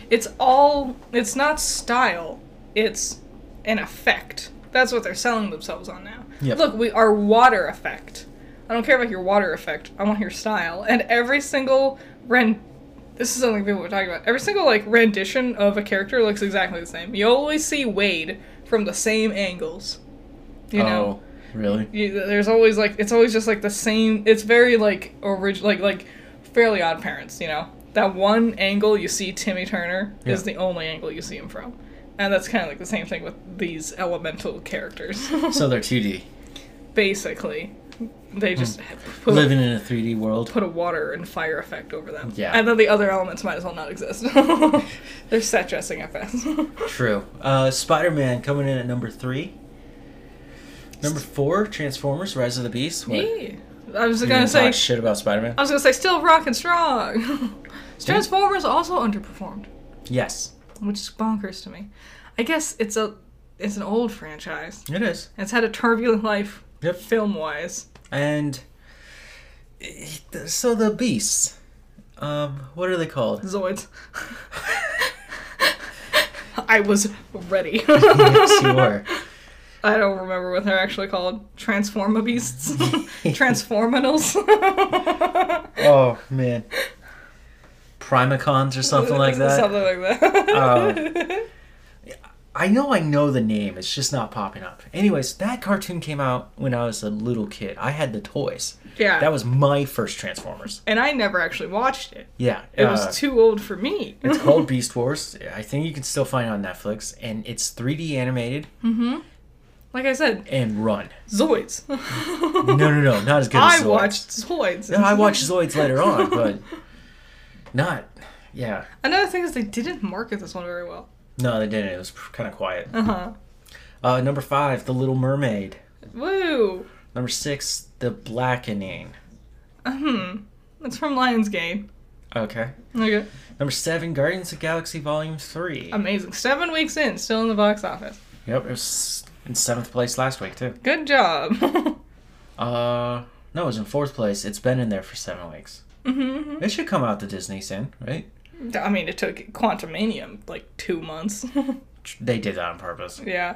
B: It's all. It's not style, it's an effect. That's what they're selling themselves on now.
A: Yep.
B: Look, we are water effect. I don't care about your water effect. I want your style. And every single rend. This is something people were talking about. Every single like rendition of a character looks exactly the same. You always see Wade from the same angles. You know
A: Oh, really?
B: you, there's always like it's always just like the same it's very like original like like fairly odd parents you know that one angle you see timmy turner is
A: Yeah.
B: the only angle you see him from and that's kind of like the same thing with these elemental characters
A: So they're 2D.
B: basically they just have put,
A: Hmm. Living in a 3D world.
B: put a water and fire effect over them
A: Yeah.
B: and then the other elements might as well not exist they're set dressing at best
A: True. Uh, Spider Man coming in at number three. Number four, Transformers Rise of the Beast. What? You
B: Yeah. i was
A: gonna
B: gonna say Uh,
A: talk shit about Spider Man?
B: i was gonna say still rocking strong transformers also underperformed
A: Yes,
B: which is bonkers to me. I guess it's a it's an old franchise.
A: it is.
B: It's had a turbulent life
A: Yep.
B: film wise.
A: And so the beasts. Um, what are they called?
B: Zoids. I was ready.
A: yes, you are.
B: I don't remember what they're actually called. Transforma beasts. Transforminals.
A: Oh man. Primacons or something like that. Uh,
B: Something like that.
A: I know I know the name, it's just not popping up. Anyways, that cartoon came out when I was a little kid. I had the toys.
B: yeah.
A: That was my first Transformers.
B: and I never actually watched it.
A: Yeah.
B: It
A: uh,
B: was too old for me.
A: It's called Beast Wars. I think you can still find it on Netflix, and it's 3D animated
B: Like I said,
A: and run.
B: Zoids.
A: No, no, no, not as good as
B: I
A: Zoids.
B: watched Zoids.
A: No, I watched Zoids later on, but not. Yeah,
B: Another thing is they didn't market this one very well.
A: no, they didn't. It was kind of quiet.
B: Uh huh.
A: Uh, number five, The Little Mermaid.
B: Woo.
A: Number six, The Blackening.
B: Hmm. It's from Lionsgate.
A: Okay.
B: Okay.
A: Number seven, Guardians of the Galaxy Volume Three.
B: Amazing. Seven weeks in, still in the box office.
A: yep, it was in seventh place last week too.
B: Good job.
A: Uh, no, it was in fourth place. It's been in there for seven weeks.
B: Mhm.
A: It should come out to Disney soon, right?
B: I mean, it took Quantumanium like two months.
A: They did that on purpose.
B: yeah.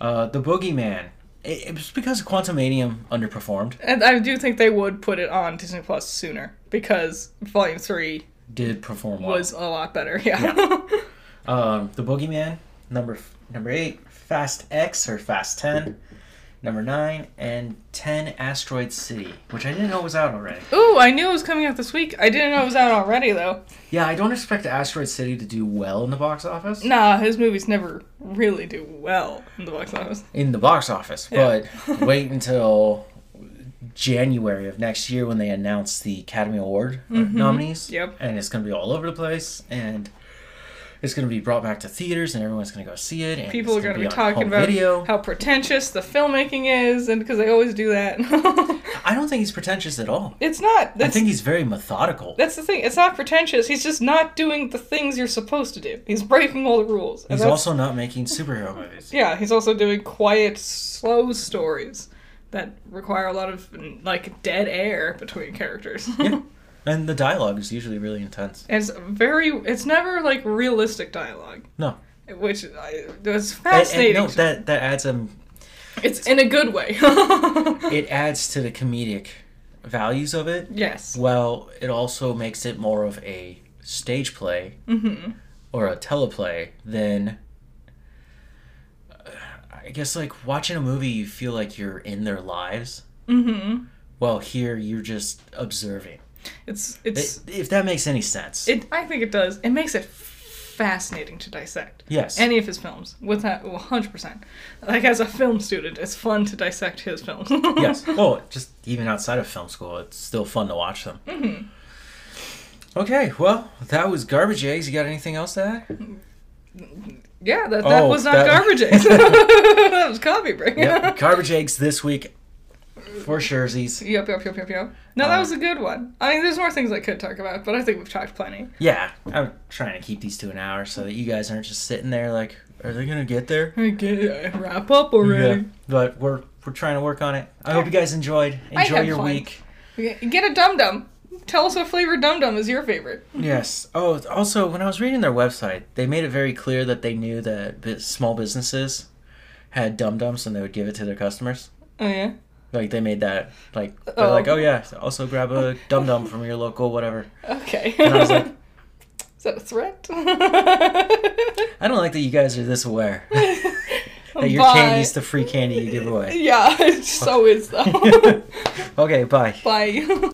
A: Uh, the Boogeyman. It, it was because Quantumanium underperformed.
B: And I do think they would put it on Disney Plus sooner because Volume 3
A: Did perform well.
B: was a lot better. Yeah.
A: Um, the Boogeyman, number f- number eight, Fast X or Fast Ten, number nine, and ten Asteroid City, which I didn't know was out already.
B: Ooh, I knew it was coming out this week. I didn't know it was out already, though.
A: Yeah, I don't expect Asteroid City to do well in the box office.
B: Nah, his movies never really do well in the box office.
A: In the box office,
B: Yeah.
A: but wait until January of next year when they announce the Academy Award uh, nominees.
B: Mm-hmm. Yep.
A: And it's gonna be all over the place and. It's gonna be brought back to theaters, and everyone's gonna go see it. And
B: People are
A: it's
B: going to be
A: on
B: talking
A: home
B: about
A: video.
B: how pretentious the filmmaking is, and because they always do that.
A: I don't think he's pretentious at all.
B: it's not.
A: I
B: That's,
A: think he's very methodical.
B: that's the thing. It's not pretentious. He's just not doing the things you're supposed to do. He's breaking all the rules. and
A: He's
B: that's-
A: also not making superhero movies.
B: yeah. He's also doing quiet, slow stories that require a lot of like dead air between characters.
A: And the dialogue is usually really intense.
B: it's very. It's never like realistic dialogue.
A: No.
B: Which I, was
A: And- and
B: fascinating.
A: no, that, that adds um
B: It's in a good way.
A: it adds to the comedic values of it.
B: yes.
A: Well, it also makes it more of a stage play
B: Mm-hmm.
A: or a teleplay than uh, I guess like watching a movie you feel like you're in their lives.
B: Mm-hmm.
A: Well, here you're just observing.
B: It's it's
A: It, if that makes any sense.
B: it. I think it does. It makes it fascinating to dissect.
A: yes.
B: any of his films with that 100% like as a film student it's fun to dissect his films
A: yes. Oh, just even outside of film school, it's still fun to watch them.
B: Mm-hmm.
A: Okay, well, that was garbage eggs. You got anything else to add?
B: yeah that, that
A: Oh,
B: was not
A: that-
B: garbage eggs that was coffee break
A: yep, garbage eggs this week for sherzies.
B: Yep, yep, yep, yep, yep. Uh, No, that was a good one. I mean, there's more things I could talk about, but I think we've talked plenty.
A: Yeah, I'm trying to keep these to an hour so that you guys aren't just sitting there like, are they gonna get there?
B: Okay, wrap up already.
A: But we're we're trying to work on it. I hope you guys enjoyed. Enjoy
B: had
A: your
B: fun.
A: week.
B: Okay, Get a dum dum. Tell us what flavor dum dum is your favorite.
A: Yes. Oh, also, when I was reading their website, they made it very clear that they knew that bu- small businesses had dum dums and they would give it to their customers.
B: Oh yeah.
A: Like they made that like they're
B: Oh.
A: like, oh yeah, also grab a dum dum from your local whatever.
B: Okay.
A: And I was like,
B: is that a threat?
A: I don't like that you guys are this aware that your
B: Bye.
A: candy's the free candy you give away.
B: Yeah, it so is though.
A: okay, bye.
B: Bye.